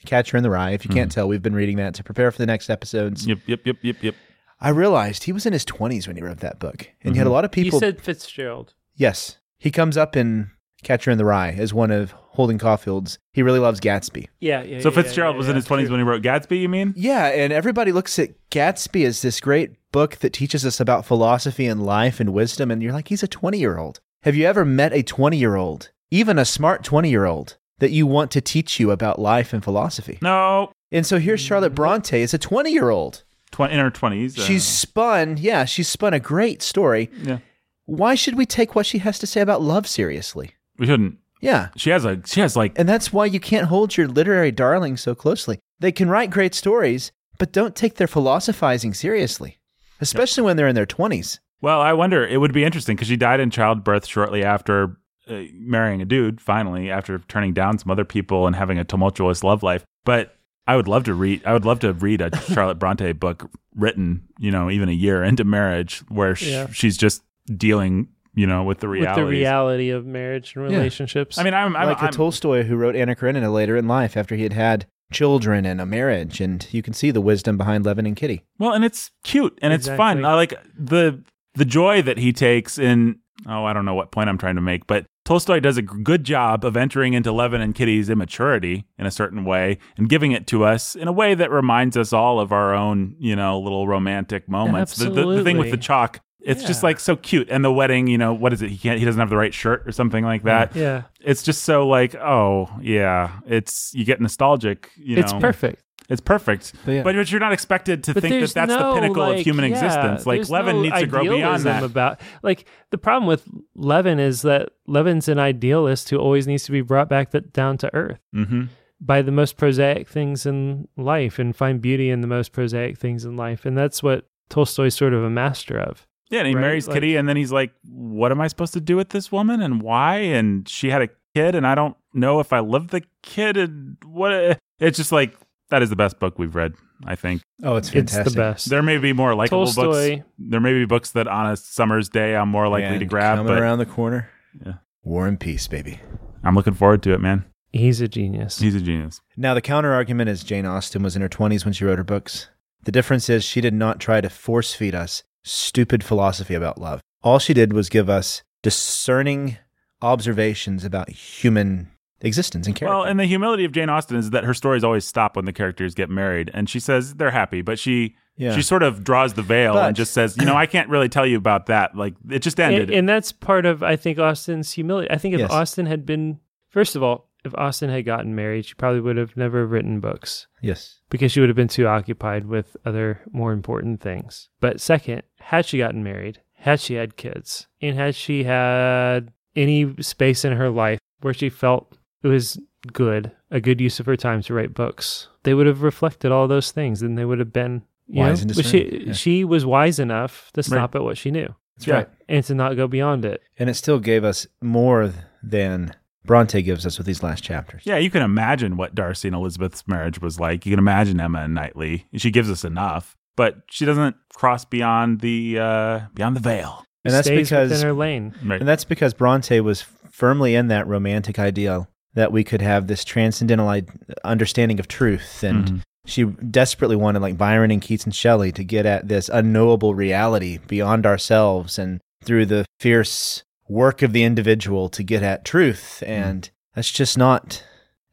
Speaker 2: Catcher in the Rye. If you can't tell, we've been reading that to prepare for the next episodes.
Speaker 1: Yep, yep, yep, yep, yep.
Speaker 2: I realized he was in his 20s when he wrote that book. And he had a lot of people.
Speaker 3: You said Fitzgerald.
Speaker 2: yes, he comes up in Catcher in the Rye as one of Holden Caulfield's. He really loves Gatsby.
Speaker 3: Yeah, yeah.
Speaker 1: So
Speaker 3: yeah, yeah,
Speaker 1: Fitzgerald
Speaker 3: yeah,
Speaker 1: was
Speaker 3: yeah,
Speaker 1: in his 20s when he wrote Gatsby, you mean?
Speaker 2: Yeah, and everybody looks at Gatsby as this great book that teaches us about philosophy and life and wisdom, and you're like, he's a 20 year old. Have you ever met a 20 year old, even a smart 20 year old, that you want to teach you about life and philosophy?
Speaker 1: No.
Speaker 2: And so here's Charlotte Bronte as a 20 year old.
Speaker 1: Tw- in her 20s. uh,
Speaker 2: She's spun, yeah, she's spun a great story.
Speaker 1: Yeah.
Speaker 2: Why should we take what she has to say about love seriously?
Speaker 1: We shouldn't.
Speaker 2: Yeah.
Speaker 1: She has a. She has like.
Speaker 2: And that's why you can't hold your literary darlings so closely. They can write great stories, but don't take their philosophizing seriously, especially when they're in their 20s.
Speaker 1: Well, I wonder. It would be interesting because she died in childbirth shortly after uh, marrying a dude. Finally, after turning down some other people and having a tumultuous love life. But I would love to read. I would love to read a Charlotte Bronte book written, you know, even a year into marriage, where sh-
Speaker 3: Yeah.
Speaker 1: she's just dealing, you know, with the
Speaker 3: With
Speaker 1: reality.
Speaker 3: the reality of marriage and
Speaker 2: Yeah.
Speaker 3: relationships.
Speaker 1: I mean, I'm, I'm,
Speaker 2: like a
Speaker 1: I'm
Speaker 2: Tolstoy who wrote Anna Karenina later in life after he had had children and a marriage, and you can see the wisdom behind Levin and Kitty.
Speaker 1: Well, and it's cute and it's fun.
Speaker 3: Exactly.
Speaker 1: I like the the joy that he takes in. Oh, I don't know what point I'm trying to make, but Tolstoy does a g- good job of entering into Levin and Kitty's immaturity in a certain way and giving it to us in a way that reminds us all of our own, you know, little romantic moments. The, the, the thing with the
Speaker 3: Absolutely.
Speaker 1: chalk, it's just
Speaker 3: Yeah.
Speaker 1: like so cute. And the wedding, you know, what is it? He can't. He doesn't have the right shirt or something like that.
Speaker 3: yeah,
Speaker 1: It's just so like, oh yeah, it's you get nostalgic. You know,
Speaker 3: it's perfect.
Speaker 1: It's perfect.
Speaker 2: But yeah.
Speaker 1: But, but you're not expected to
Speaker 3: But
Speaker 1: think that
Speaker 3: there's
Speaker 1: that's
Speaker 3: no,
Speaker 1: the pinnacle
Speaker 3: like,
Speaker 1: of human
Speaker 3: yeah,
Speaker 1: existence. Like
Speaker 3: there's
Speaker 1: Levin
Speaker 3: no
Speaker 1: needs to grow beyond
Speaker 3: idealism
Speaker 1: that.
Speaker 3: About like the problem with Levin is that Levin's an idealist who always needs to be brought back th- down to earth
Speaker 1: mm-hmm.
Speaker 3: by the most prosaic things in life and find beauty in the most prosaic things in life, and that's what Tolstoy's sort of a master of.
Speaker 1: Yeah, and he
Speaker 3: Right?
Speaker 1: marries
Speaker 3: Like-
Speaker 1: Kitty, and then he's like, "What am I supposed to do with this woman, and why?" And she had a kid, and I don't know if I love the kid, and what? It's just like that is the best book we've read. I think
Speaker 2: Oh, it's fantastic.
Speaker 3: It's the best.
Speaker 1: there may be more likable books.
Speaker 3: Tolstoy.
Speaker 1: There may be books that on a summer's day I'm more likely to
Speaker 2: And
Speaker 1: grab,
Speaker 2: Coming
Speaker 1: but
Speaker 2: around the corner.
Speaker 1: Yeah.
Speaker 2: War and peace, baby.
Speaker 1: I'm looking forward to it, man.
Speaker 3: He's a genius.
Speaker 1: He's a genius.
Speaker 2: Now, the counter argument is Jane Austen was in her 20s when she wrote her books. The difference is she did not try to force feed us stupid philosophy about love. All she did was give us discerning observations about human existence and character.
Speaker 1: Well, and the humility of Jane Austen is that her stories always stop when the characters get married, and she says they're happy, but she
Speaker 2: Yeah.
Speaker 1: she sort of draws the veil
Speaker 2: But-
Speaker 1: and just says, you know, I can't really tell you about that. Like it just ended.
Speaker 3: and, and that's part of I think Austin's humility. I think if
Speaker 2: Yes.
Speaker 3: Austin had been first of all, if Austin had gotten married, she probably would have never written books
Speaker 2: yes.
Speaker 3: because she would have been too occupied with other more important things. But second, had she gotten married, had she had kids, and had she had any space in her life where she felt it was good, a good use of her time to write books, they would have reflected all those things and they would have been you
Speaker 2: Wise
Speaker 3: know,
Speaker 2: and
Speaker 3: but she
Speaker 2: discerning, yeah.
Speaker 3: she was wise enough to stop at what she knew
Speaker 2: That's
Speaker 1: Yeah.
Speaker 2: right.
Speaker 3: and to not go beyond it.
Speaker 2: And it still gave us more than Bronte gives us with these last chapters.
Speaker 1: yeah, you can imagine what Darcy and Elizabeth's marriage was like. You can imagine Emma and Knightley. She gives us enough, but she doesn't cross beyond the uh beyond the veil.
Speaker 2: And that's
Speaker 3: stays
Speaker 2: because
Speaker 3: within her lane.
Speaker 1: Right.
Speaker 2: And that's because Bronte was firmly in that romantic ideal that we could have this transcendental I- understanding of truth and
Speaker 1: Mhm.
Speaker 2: She desperately wanted, like Byron and Keats and Shelley, to get at this unknowable reality beyond ourselves and through the fierce work of the individual to get at truth.
Speaker 1: Mm.
Speaker 2: And that's just not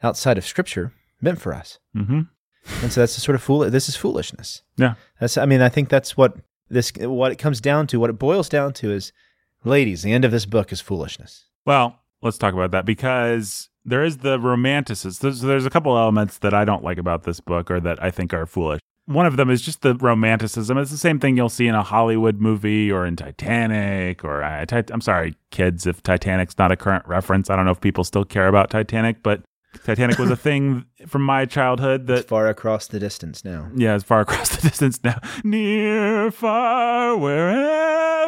Speaker 2: outside of scripture meant for us.
Speaker 1: Mm-hmm.
Speaker 2: And so that's the sort of fool. This is foolishness.
Speaker 1: Yeah.
Speaker 2: That's. I mean, I think that's what this. What it comes down to. What it boils down to is, ladies, the end of this book is foolishness.
Speaker 1: Well, let's talk about that because there is the romanticism. There's, there's a couple elements that I don't like about this book or that I think are foolish. One of them is just the romanticism. It's the same thing you'll see in a Hollywood movie or in Titanic or I, Tit- I'm sorry, kids, if Titanic's not a current reference. I don't know if people still care about Titanic, but Titanic was a thing from my childhood that
Speaker 2: It's far across the distance now.
Speaker 1: yeah, it's far across the distance now. Near, far,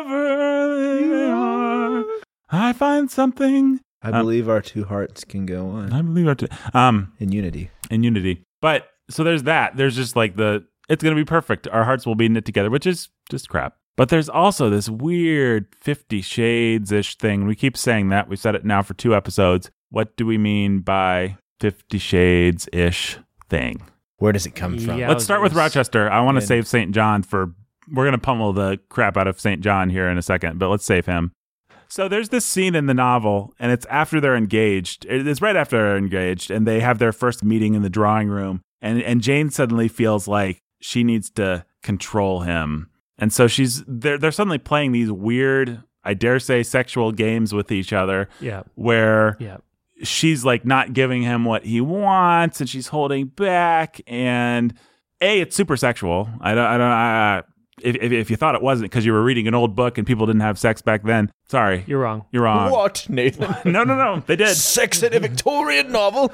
Speaker 1: wherever they are, I find something.
Speaker 2: I
Speaker 1: Um,
Speaker 2: believe our two hearts can go on
Speaker 1: I believe I t- um
Speaker 2: in unity.
Speaker 1: in unity. But so there's that. There's just like the it's gonna be perfect. Our hearts will be knit together, which is just crap. But there's also this weird Fifty Shades ish thing. We keep saying that. We've said it now for two episodes. What do we mean by Fifty Shades ish thing?
Speaker 2: Where does it come from?
Speaker 3: Yeah.
Speaker 1: Let's start with
Speaker 3: Yowzers.
Speaker 1: Rochester. I want to
Speaker 2: Good.
Speaker 1: save St. John for. We're going to pummel the crap out of St. John here in a second, but let's save him. So there's this scene in the novel, and it's after they're engaged. It- It's right after they're engaged, and they have their first meeting in the drawing room. And, and Jane suddenly feels like she needs to control him. And so she's they're, they're suddenly playing these weird, I dare say, sexual games with each other
Speaker 3: Yeah.
Speaker 1: where
Speaker 3: Yeah.
Speaker 1: she's like not giving him what he wants and she's holding back and a it's super sexual i don't i don't I, if, if, if you thought it wasn't because you were reading an old book and people didn't have sex back then sorry
Speaker 3: You're wrong.
Speaker 1: you're wrong
Speaker 2: What, Nathan?
Speaker 1: no no no they did
Speaker 2: Sex in a Victorian novel?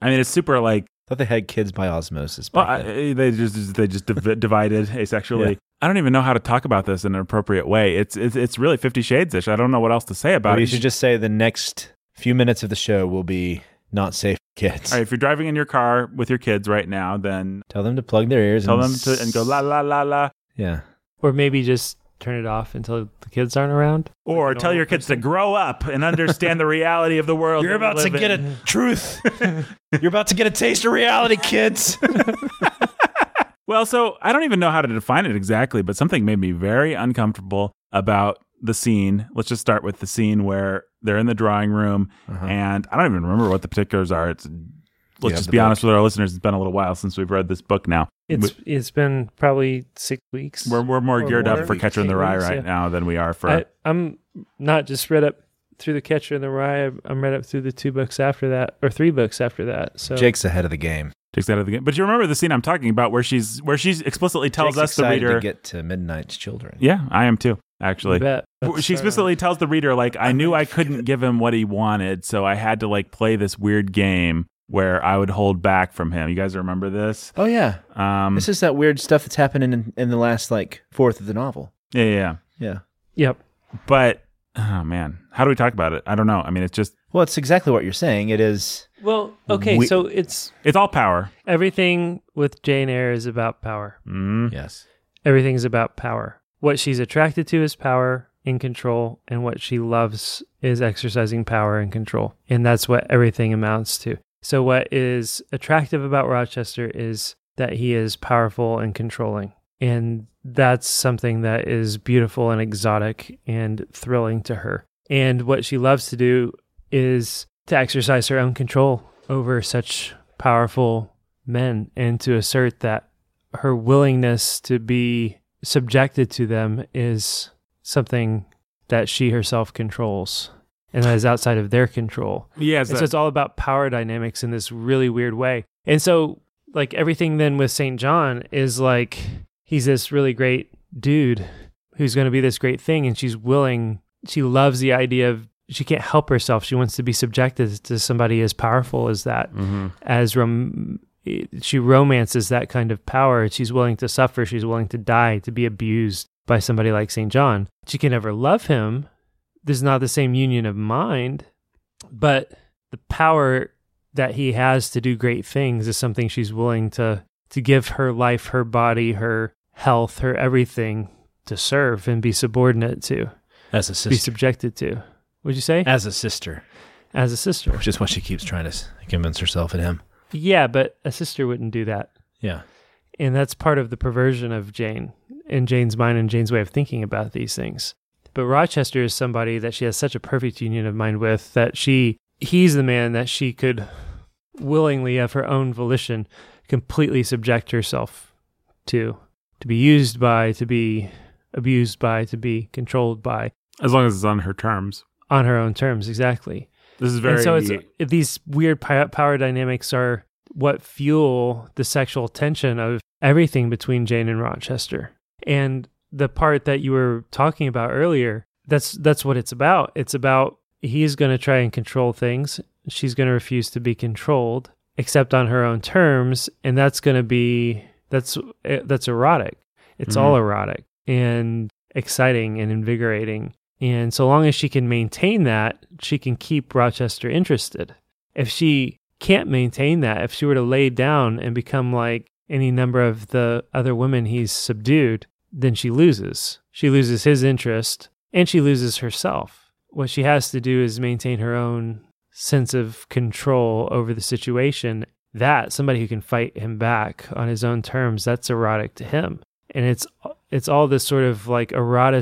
Speaker 1: i mean it's super like
Speaker 2: thought they had kids by osmosis.
Speaker 1: well,
Speaker 2: back
Speaker 1: I, eh,
Speaker 2: then.
Speaker 1: they just they just div- divided asexually
Speaker 2: Yeah.
Speaker 1: i don't even know how to talk about this in an appropriate way it's it's, it's really 50 shades ish i don't know what else to say about
Speaker 2: Maybe you
Speaker 1: it
Speaker 2: should just say the next few minutes of the show will be not safe for kids.
Speaker 1: all right if you're driving in your car with your kids right now then
Speaker 2: Tell them to plug their ears.
Speaker 1: tell
Speaker 2: and
Speaker 1: them to and go la la la la
Speaker 2: Yeah.
Speaker 3: Or maybe just turn it off until the kids aren't around.
Speaker 1: Or
Speaker 3: Like an
Speaker 1: tell
Speaker 3: old
Speaker 1: your kids to grow up and understand the reality of the world. that we live in.
Speaker 2: truth. You're about to get a taste of reality, kids.
Speaker 1: Well, so I don't even know how to define it exactly, but something made me very uncomfortable about the scene. Let's just start with the scene where they're in the drawing room, and I don't even remember what the particulars are. It's
Speaker 2: have
Speaker 1: let's just
Speaker 2: the
Speaker 1: be
Speaker 2: book.
Speaker 1: honest with our listeners. It's been a little while since we've read this book. Now
Speaker 3: It's it's been probably six weeks.
Speaker 1: we're we're more
Speaker 3: Or
Speaker 1: geared
Speaker 3: more.
Speaker 1: up for Catcher in the Rye right
Speaker 3: Yeah.
Speaker 1: now than we are for.
Speaker 3: I, I'm not just read up through the Catcher in the Rye. I'm- I'm read up through the two books after that, or three books after that. So
Speaker 2: Jake's ahead of the game.
Speaker 1: takes that out of the game. But you remember the scene I'm talking about where she's where she's explicitly tells
Speaker 2: Jake's
Speaker 1: us the
Speaker 2: excited
Speaker 1: reader.
Speaker 2: to get to Midnight's Children.
Speaker 1: yeah, I am too.
Speaker 3: you
Speaker 1: Actually,
Speaker 3: bet. uh,
Speaker 1: Well,
Speaker 3: Let's
Speaker 1: she
Speaker 3: start
Speaker 1: explicitly tells the reader like i knew i couldn't give him what he wanted so i had to like play this weird game where i would hold back from him you guys remember this
Speaker 2: Oh yeah.
Speaker 1: um
Speaker 2: This is that weird stuff that's happening in, in the last like fourth of the novel.
Speaker 1: yeah yeah
Speaker 2: Yeah.
Speaker 3: on. Yep.
Speaker 1: yeah. but oh man how do we talk about it i don't know i mean it's just
Speaker 2: Well, it's exactly what you're saying. It is
Speaker 3: Well, okay.
Speaker 2: We-
Speaker 3: so it's
Speaker 1: it's all power
Speaker 3: everything with Jane Eyre is about power.
Speaker 1: mm.
Speaker 2: yes.
Speaker 3: Everything's about power. What she's attracted to is power and control, and what she loves is exercising power and control. And that's what everything amounts to. So, what is attractive about Rochester is that he is powerful and controlling. And that's something that is beautiful and exotic and thrilling to her. And what she loves to do is to exercise her own control over such powerful men and to assert that her willingness to be subjected to them is something that she herself controls and that is outside of their control.
Speaker 1: yeah it's
Speaker 3: And
Speaker 1: a-
Speaker 3: so it's all about power dynamics in this really weird way. And so, like, everything then with St. John is like he's this really great dude who's going to be this great thing. And she's willing, she loves the idea of she can't help herself. She wants to be subjected to somebody as powerful as that
Speaker 1: Mhm.
Speaker 3: as rom- she romances that kind of power. She's willing to suffer. She's willing to die to be abused by somebody like St. John. She can never love him. There's not the same union of mind, but the power that he has to do great things is something she's willing to to give her life, her body, her health, her everything to serve and be subordinate to,
Speaker 2: As a
Speaker 3: be subjected to. Would you say
Speaker 2: As a sister.
Speaker 3: as a sister?
Speaker 2: Which is what she keeps trying to s- convince herself and him.
Speaker 3: Yeah, but a sister wouldn't do that.
Speaker 2: Yeah.
Speaker 3: And that's part of the perversion of Jane and Jane's mind and Jane's way of thinking about these things. But Rochester is somebody that she has such a perfect union of mind with that she he's the man that she could willingly of her own volition completely subject herself to to be used by to be abused by to be controlled by
Speaker 1: as long as it's on her terms.
Speaker 3: on her own terms exactly
Speaker 1: This is very.
Speaker 3: and so it's these weird pi- power dynamics are what fuel the sexual tension of everything between Jane and Rochester. And the part that you were talking about earlier, that's that's what it's about. It's about he's going to try and control things. She's going to refuse to be controlled except on her own terms, and that's going to be that's eh, that's erotic. It's all erotic and exciting and invigorating. And so long as she can maintain that, she can keep Rochester interested. If she can't maintain that, if she were to lay down and become like any number of the other women he's subdued, then she loses. She loses his interest and she loses herself. What she has to do is maintain her own sense of control over the situation. That somebody who can fight him back on his own terms, that's erotic to him. And it's it's all this sort of like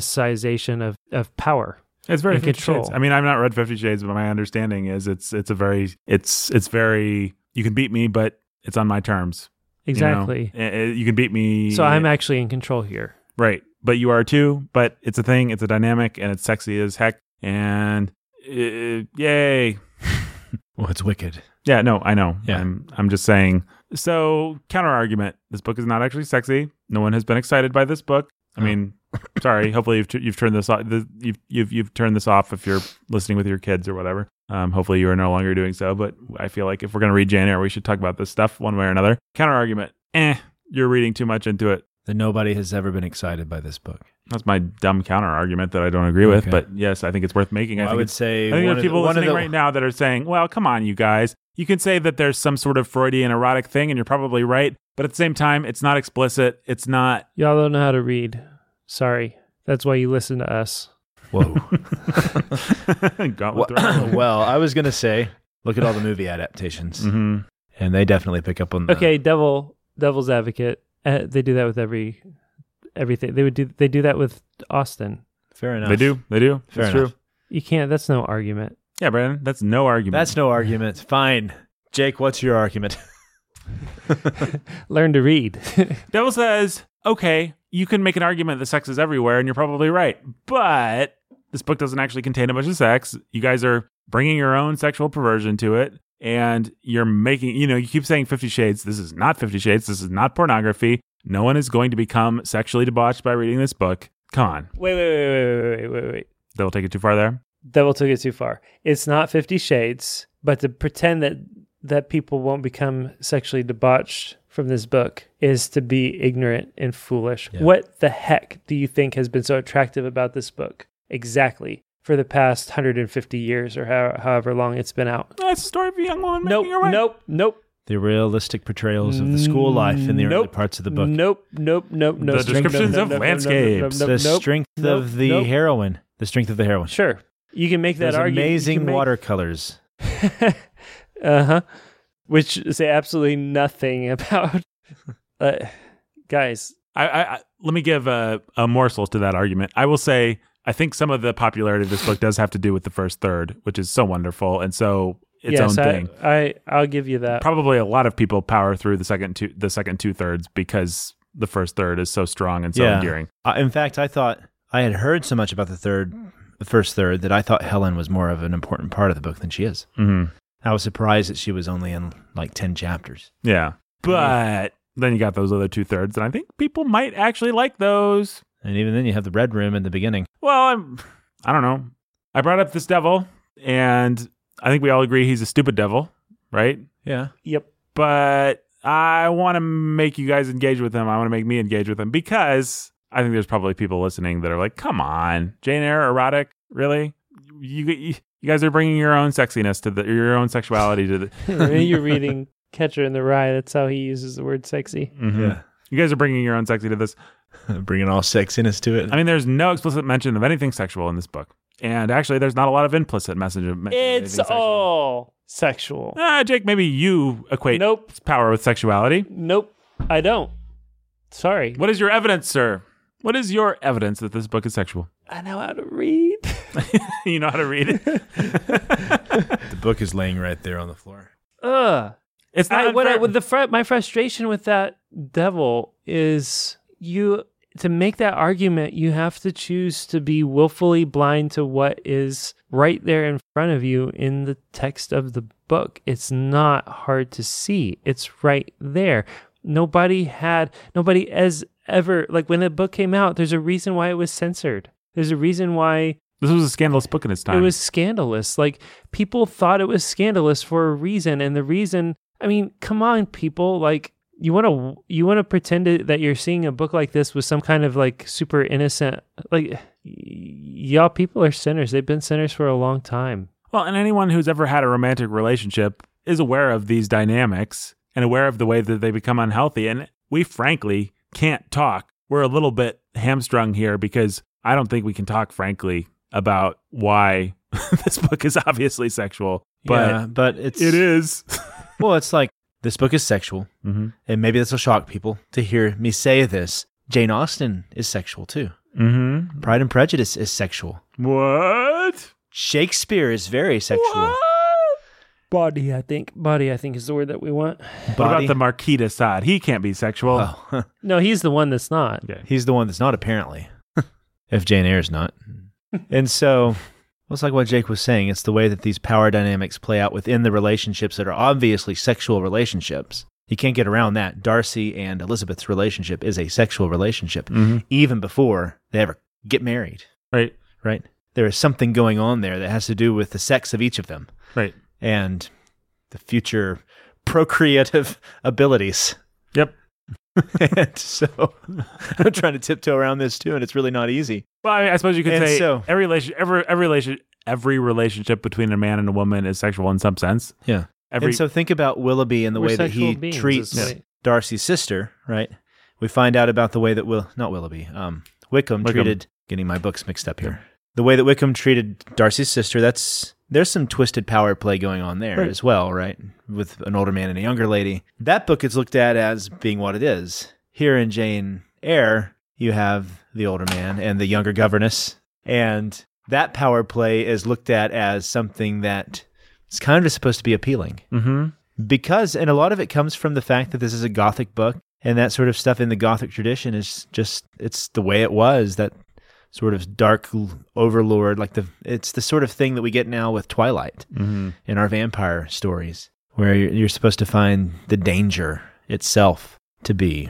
Speaker 3: eroticization of, of power.
Speaker 1: It's very
Speaker 3: and
Speaker 1: 50
Speaker 3: control.
Speaker 1: Shades. I mean, I've not read Fifty Shades, but my understanding is it's it's a very it's it's very you can beat me, but it's on my terms. you know?
Speaker 3: Exactly.
Speaker 1: Eh, eh, You, can beat me.
Speaker 3: So I'm actually in control here.
Speaker 1: right, but you are too. But it's a thing. It's a dynamic, and it's sexy as heck. And eh, yay,
Speaker 2: Well, it's wicked.
Speaker 1: yeah. No, I know.
Speaker 2: Yeah.
Speaker 1: I'm I'm just saying. So counter argument: this book is not actually sexy. No one has been excited by this book. I
Speaker 2: Oh.
Speaker 1: mean. Sorry. Hopefully you've you've turned this off. The, you've you've you've turned this off if you're listening with your kids or whatever. Um, hopefully you are no longer doing so. But I feel like if we're gonna read Jane Eyre, we should talk about this stuff one way or another. Counter argument. Eh, you're reading too much into it.
Speaker 2: That nobody has ever been excited by this book.
Speaker 1: That's my dumb counter argument that I don't agree
Speaker 2: Okay.
Speaker 1: with. But yes, I think it's worth making.
Speaker 2: I,
Speaker 1: I think
Speaker 2: would
Speaker 1: it's-
Speaker 2: say
Speaker 1: I think
Speaker 2: one
Speaker 1: there's
Speaker 2: of
Speaker 1: people
Speaker 2: the, one of
Speaker 1: listening
Speaker 2: the-
Speaker 1: right now that are saying, well, come on, you guys. You can say that there's some sort of Freudian erotic thing, and you're probably right. But at the same time, it's not explicit. It's not.
Speaker 3: Y'all don't know how to read. Sorry. That's why you listen to us.
Speaker 2: Whoa.
Speaker 1: Gauntlet
Speaker 2: well, well, I was gonna say, look at all the movie adaptations,
Speaker 1: hmm
Speaker 2: and they definitely pick up on. The,
Speaker 3: Okay, devil, devil's advocate. Uh, they do that with every everything. They would do. They do that with Austin.
Speaker 2: fair enough.
Speaker 1: They do. They do.
Speaker 2: Fair
Speaker 1: That's
Speaker 2: enough.
Speaker 1: true.
Speaker 3: You can't. That's no argument.
Speaker 1: Yeah, Brandon, that's no argument.
Speaker 2: That's no argument. Fine, Jake. What's your argument?
Speaker 3: Learn to read.
Speaker 1: Devil says, okay, you can make an argument that sex is everywhere, and you're probably right. But this book doesn't actually contain a bunch of sex. You guys are bringing your own sexual perversion to it. And you're making, you know, you keep saying Fifty Shades. This is not Fifty Shades. This is not pornography. No one is going to become sexually debauched by reading this book. Come on.
Speaker 3: wait, wait, wait, wait, wait, wait, wait, wait.
Speaker 1: They'll take it too far there.
Speaker 3: Devil took it too far. It's not Fifty Shades, but to pretend that that people won't become sexually debauched from this book is to be ignorant and foolish.
Speaker 2: Yeah.
Speaker 3: What the heck do you think has been so attractive about this book? Exactly. For the past 150 years or how, however long it's been out.
Speaker 1: That's the story of a young woman
Speaker 3: Nope,
Speaker 1: making her way.
Speaker 3: nope, nope.
Speaker 2: the realistic portrayals of the school life in the early
Speaker 3: Nope.
Speaker 2: parts of the book.
Speaker 3: Nope, nope, nope, nope.
Speaker 1: The descriptions
Speaker 3: nope,
Speaker 1: of
Speaker 3: nope, nope,
Speaker 1: landscapes.
Speaker 3: nope, nope,
Speaker 2: the
Speaker 3: nope.
Speaker 2: strength
Speaker 3: nope,
Speaker 2: of the
Speaker 3: nope.
Speaker 2: heroine. The strength of the heroine.
Speaker 3: Sure. You can make that
Speaker 2: Those
Speaker 3: argument. You
Speaker 2: amazing
Speaker 3: can make-
Speaker 2: watercolors.
Speaker 3: uh huh. Which say absolutely nothing about. Uh, guys,
Speaker 1: I, I, I let me give a, a morsel to that argument. I will say I think some of the popularity of this book does have to do with the first third, which is so wonderful and so its
Speaker 3: yes,
Speaker 1: own
Speaker 3: I,
Speaker 1: thing.
Speaker 3: I I'll give you that.
Speaker 1: Probably a lot of people power through the second two the second two thirds because the first third is so strong and so
Speaker 2: Yeah.
Speaker 1: endearing.
Speaker 2: Uh, in fact, I thought I had heard so much about the third, the first third, that I thought Helen was more of an important part of the book than she is.
Speaker 1: hmm
Speaker 2: I was surprised that she was only in like ten chapters.
Speaker 1: Yeah, but then you got those other two thirds, and I think people might actually like those.
Speaker 2: And even then, you have the red room in the beginning.
Speaker 1: Well, I'm, I don't know. I brought up this devil, and I think we all agree he's a stupid devil, right?
Speaker 2: Yeah.
Speaker 3: yep.
Speaker 1: but I want to make you guys engage with them. I want to make me engage with them because I think there's probably people listening that are like, "Come on, Jane Eyre erotic, really? You you, you guys are bringing your own sexiness to the your own sexuality to the
Speaker 3: You're reading Catcher in the Rye. That's how he uses the word sexy.
Speaker 1: Mhm. You guys are bringing your own sexy to this.
Speaker 2: Yeah. Bringing all sexiness to it.
Speaker 1: I mean, there's no explicit mention of anything sexual in this book, and actually, there's not a lot of implicit message of mention of anything
Speaker 3: It's
Speaker 1: sexual.
Speaker 3: all sexual.
Speaker 1: Ah, Jake, maybe you equate
Speaker 3: Nope,
Speaker 1: power with sexuality.
Speaker 3: nope. I don't. Sorry.
Speaker 1: What is your evidence, sir? What is your evidence that this book is sexual?
Speaker 3: I know how to read.
Speaker 1: you know how to read it.
Speaker 2: The book is laying right there on the floor.
Speaker 3: Ugh.
Speaker 1: It's not.
Speaker 3: I, what I,
Speaker 1: unfair.
Speaker 3: with the fr- my frustration with that devil is you to make that argument you have to choose to be willfully blind to what is right there in front of you in the text of the book it's not hard to see it's right there nobody had nobody has ever like when the book came out there's a reason why it was censored there's a reason why
Speaker 1: this was a scandalous book in its time.
Speaker 3: it was scandalous. Like people thought it was scandalous for a reason, and the reason, I mean, come on, people, like you want to you want to pretend it- that you're seeing a book like this with some kind of like super innocent like y- y'all people are sinners. They've been sinners for a long time.
Speaker 1: Well, and anyone who's ever had a romantic relationship is aware of these dynamics and aware of the way that they become unhealthy. And we frankly can't talk. We're a little bit hamstrung here because I don't think we can talk frankly about why this book is obviously sexual, but
Speaker 2: yeah, but it's
Speaker 1: it is.
Speaker 2: well, it's like this book is sexual,
Speaker 1: mm-hmm.
Speaker 2: and maybe this will shock people to hear me say this. Jane Austen is sexual too.
Speaker 1: Mm-hmm.
Speaker 2: Pride and Prejudice is sexual.
Speaker 1: What?
Speaker 2: Shakespeare is very sexual.
Speaker 3: Body, I think. Body, I think is the word that we want.
Speaker 1: What
Speaker 2: Body-
Speaker 1: about the Marquis de Sade? He can't be sexual.
Speaker 2: Oh,
Speaker 3: No, he's the one that's not.
Speaker 1: Okay.
Speaker 2: he's the one that's not apparently. if Jane Eyre's not, and so well, it's like what Jake was saying. It's the way that these power dynamics play out within the relationships that are obviously sexual relationships. You can't get around that. Darcy and Elizabeth's relationship is a sexual relationship,
Speaker 1: Mhm.
Speaker 2: even before they ever get married.
Speaker 1: Right.
Speaker 2: Right? There is something going on there that has to do with the sex of each of them
Speaker 1: Right.
Speaker 2: and the future procreative abilities.
Speaker 1: Yep.
Speaker 2: and so I'm trying to tiptoe around this too, and it's really not easy.
Speaker 1: Well, I, mean, I suppose you could
Speaker 2: And
Speaker 1: say
Speaker 2: so-
Speaker 1: every relation, every every relation, every relationship between a man and a woman is sexual in some sense.
Speaker 2: Yeah.
Speaker 1: Every
Speaker 2: and so think about Willoughby and the
Speaker 3: We're
Speaker 2: way that he
Speaker 3: sexual beings,
Speaker 2: treats
Speaker 3: that's right.
Speaker 2: Darcy's sister, right? We find out about the way that Will, not Willoughby, um, Wickham,
Speaker 1: Wickham.
Speaker 2: treated, getting my books mixed up here. The way that Wickham treated Darcy's sister, that's, there's some twisted power play going on there
Speaker 1: Right.
Speaker 2: as well, right? With an older man and a younger lady. That book is looked at as being what it is. Here in Jane Eyre, you have the older man and the younger governess. And that power play is looked at as something that is kind of supposed to be appealing
Speaker 1: mm-hmm.
Speaker 2: because and a lot of it comes from the fact that this is a gothic book and that sort of stuff in the gothic tradition is just it's the way it was that sort of dark l- overlord like the it's the sort of thing that we get now with twilight
Speaker 1: Mm-hmm.
Speaker 2: in our vampire stories where you're, you're supposed to find the danger itself to be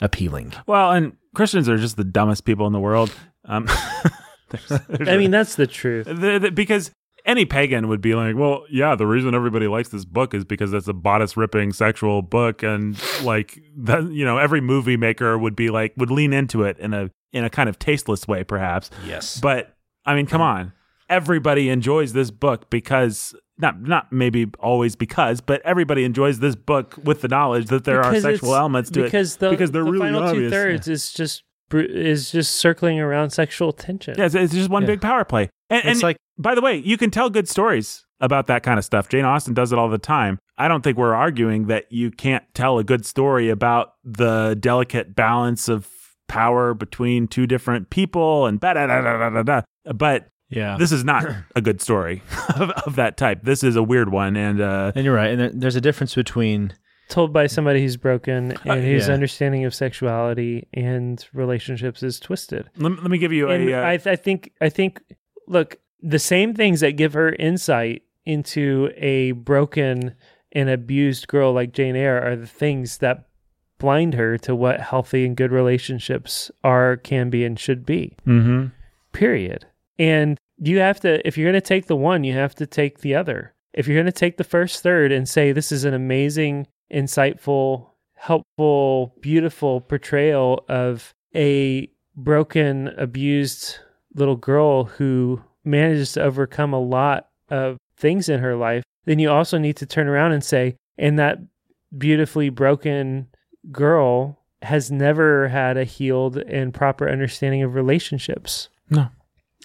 Speaker 2: appealing
Speaker 1: Well, and Christians are just the dumbest people in the world. Um, there's- there's
Speaker 3: I mean, that's the truth.
Speaker 1: the, the, because any pagan would be like, well, yeah, the reason everybody likes this book is because it's a bodice ripping sexual book, and like that, you know, every movie maker would be like, would lean into it in a in a kind of tasteless way, perhaps.
Speaker 2: yes
Speaker 1: But I mean, come on. Everybody enjoys this book because not not maybe always because, but everybody enjoys this book with the knowledge that there
Speaker 3: Because
Speaker 1: are sexual
Speaker 3: it's-
Speaker 1: elements to it.
Speaker 3: because the,
Speaker 1: because they're
Speaker 3: the
Speaker 1: really
Speaker 3: final
Speaker 1: obvious.
Speaker 3: two thirds is just br- is just circling around sexual tension.
Speaker 1: Yeah, it's, it's just one
Speaker 2: Yeah.
Speaker 1: big power play. And,
Speaker 2: it's
Speaker 1: and
Speaker 2: like
Speaker 1: by the way, you can tell good stories about that kind of stuff. Jane Austen does it all the time. I don't think we're arguing that you can't tell a good story about the delicate balance of power between two different people and da da da da da da. da. But
Speaker 2: yeah
Speaker 1: this is not a good story of, of that type. This is a weird one, and uh,
Speaker 2: and you're right and there, there's a difference between
Speaker 3: Told by somebody who's broken and
Speaker 1: Uh,
Speaker 3: whose
Speaker 2: yeah.
Speaker 3: understanding of sexuality and relationships is twisted.
Speaker 1: let, let me give you
Speaker 3: And
Speaker 1: a. Uh,
Speaker 3: I, I think I think look the same things that give her insight into a broken and abused girl like Jane Eyre are the things that blind her to what healthy and good relationships are, can be, and should be.
Speaker 1: mm-hmm.
Speaker 3: period. And you have to, if you're going to take the one, you have to take the other. If you're going to take the first third and say, this is an amazing, insightful, helpful, beautiful portrayal of a broken, abused little girl who manages to overcome a lot of things in her life, then you also need to turn around and say, and that beautifully broken girl has never had a healed and proper understanding of relationships
Speaker 1: No.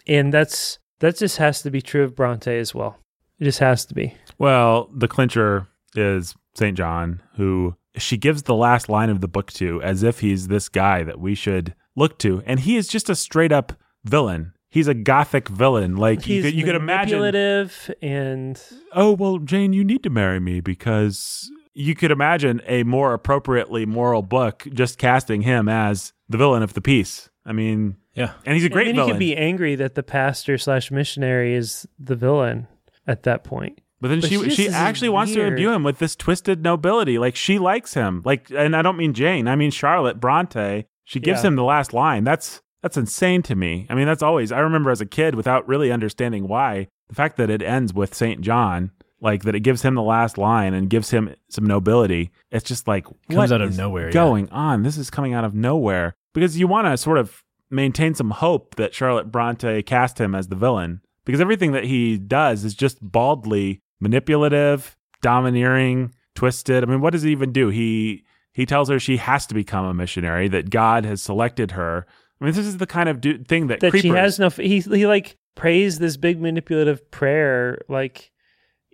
Speaker 3: and that's that just has to be true of Bronte as well. It just has to be.
Speaker 1: Well, the clincher is St. John, who she gives the last line of the book to as if he's this guy that we should look to. And he is just a straight up villain. He's a gothic villain. Like you
Speaker 3: He's
Speaker 1: could, you could imagine
Speaker 3: manipulative and
Speaker 1: oh well jane you need to marry me because you could imagine a more appropriately moral book just casting him as the villain of the piece i mean
Speaker 4: Yeah.
Speaker 1: and he's a great
Speaker 3: and then
Speaker 1: villain
Speaker 3: he could be angry that the pastor slash missionary is the villain at that point.
Speaker 1: but then
Speaker 3: but
Speaker 1: she
Speaker 3: this
Speaker 1: she
Speaker 3: is
Speaker 1: actually wants to
Speaker 3: weird.
Speaker 1: imbue him with this twisted nobility like she likes him like and i don't mean jane i mean charlotte bronte she gives
Speaker 3: Yeah.
Speaker 1: him the last line that's that's insane to me i mean that's always i remember as a kid without really understanding why the fact that it ends with saint john like that it gives him the last line and gives him some nobility it's just like
Speaker 4: Comes
Speaker 1: what
Speaker 4: out of
Speaker 1: is
Speaker 4: nowhere, yeah.
Speaker 1: going on this is coming out of nowhere because you want to sort of maintain some hope that charlotte bronte cast him as the villain because everything that he does is just baldly manipulative domineering twisted i mean what does he even do he he tells her she has to become a missionary that god has selected her i mean this is the kind of du- thing that,
Speaker 3: That she
Speaker 1: creepers-
Speaker 3: has no. He he like prays this big manipulative prayer. Like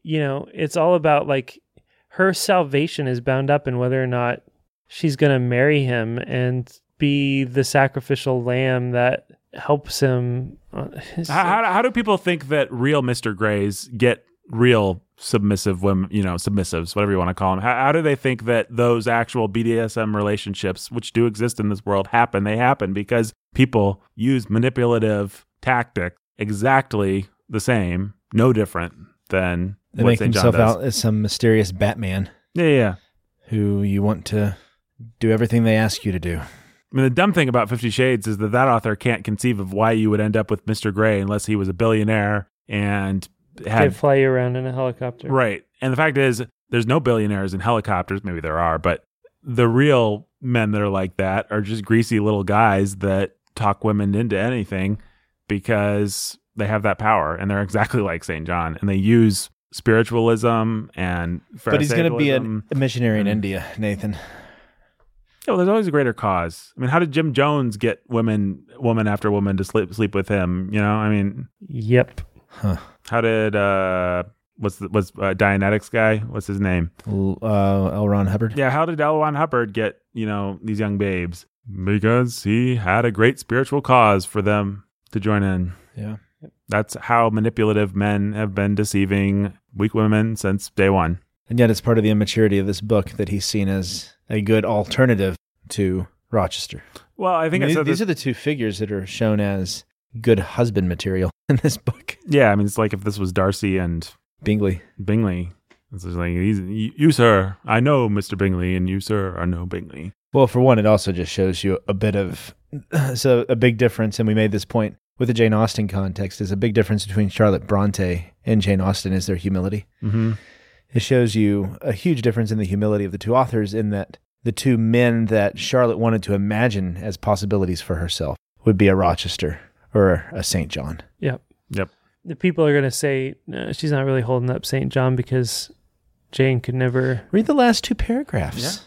Speaker 3: you know, it's all about like her salvation is bound up in whether or not she's going to marry him and be the sacrificial lamb that helps him. on- It's
Speaker 1: how,
Speaker 3: like-
Speaker 1: how, how do people think that real Mr. Greys get real submissive women, you know, submissives, whatever you want to call them? How, how do they think that those actual BDSM relationships, which do exist in this world, happen? They happen because people use manipulative tactics exactly the same, no different than
Speaker 2: They
Speaker 1: what
Speaker 2: make
Speaker 1: St. John
Speaker 2: himself
Speaker 1: does.
Speaker 2: out as some mysterious Batman
Speaker 1: Yeah, yeah, yeah.
Speaker 2: who you want to do everything they ask you to do.
Speaker 1: I mean, the dumb thing about Fifty Shades is that that author can't conceive of why you would end up with Mr. Grey unless he was a billionaire and
Speaker 3: they
Speaker 1: had
Speaker 3: fly you around in a helicopter.
Speaker 1: Right. And the fact is, there's no billionaires in helicopters. Maybe there are, but the real men that are like that are just greasy little guys that talk women into anything because they have that power and they're exactly like St. John and they use spiritualism and
Speaker 2: But he's going to be
Speaker 1: Pharisaicalism.
Speaker 2: an- a missionary in
Speaker 1: Mm.
Speaker 2: India, Nathan.
Speaker 1: Yeah, well, there's always a greater cause. I mean, how did Jim Jones get women, woman after woman, to sleep sleep with him? You know, I mean,
Speaker 3: Yep.
Speaker 1: how did uh, what's the, what's uh, Dianetics guy? What's his name?
Speaker 2: L- uh, L. Ron Hubbard.
Speaker 1: Yeah, how did L. Ron Hubbard get, you know, these young babes? Because he had a great spiritual cause for them to join in.
Speaker 2: Yeah.
Speaker 1: That's how manipulative men have been deceiving weak women since day one.
Speaker 2: And yet it's part of the immaturity of this book that he's seen as a good alternative to Rochester.
Speaker 1: Well, I think I,
Speaker 2: mean,
Speaker 1: said
Speaker 2: these
Speaker 1: this.
Speaker 2: are the two figures that are shown as good husband material in this book.
Speaker 1: yeah, I mean, it's like if this was Darcy and
Speaker 2: Bingley.
Speaker 1: Bingley. It's just like, these, you, you, sir, I know Mr. Bingley, and you, sir, I know Bingley.
Speaker 2: Well, for one, it also just shows you a bit of so a big difference, and we made this point with the Jane Austen context is a big difference between Charlotte Bronte and Jane Austen is their humility.
Speaker 1: Mm-hmm.
Speaker 2: It shows you a huge difference in the humility of the two authors in that the two men that Charlotte wanted to imagine as possibilities for herself would be a Rochester or a St. John.
Speaker 3: the people are going to say no, she's not really holding up St. John because Jane could never
Speaker 2: Read the last two paragraphs.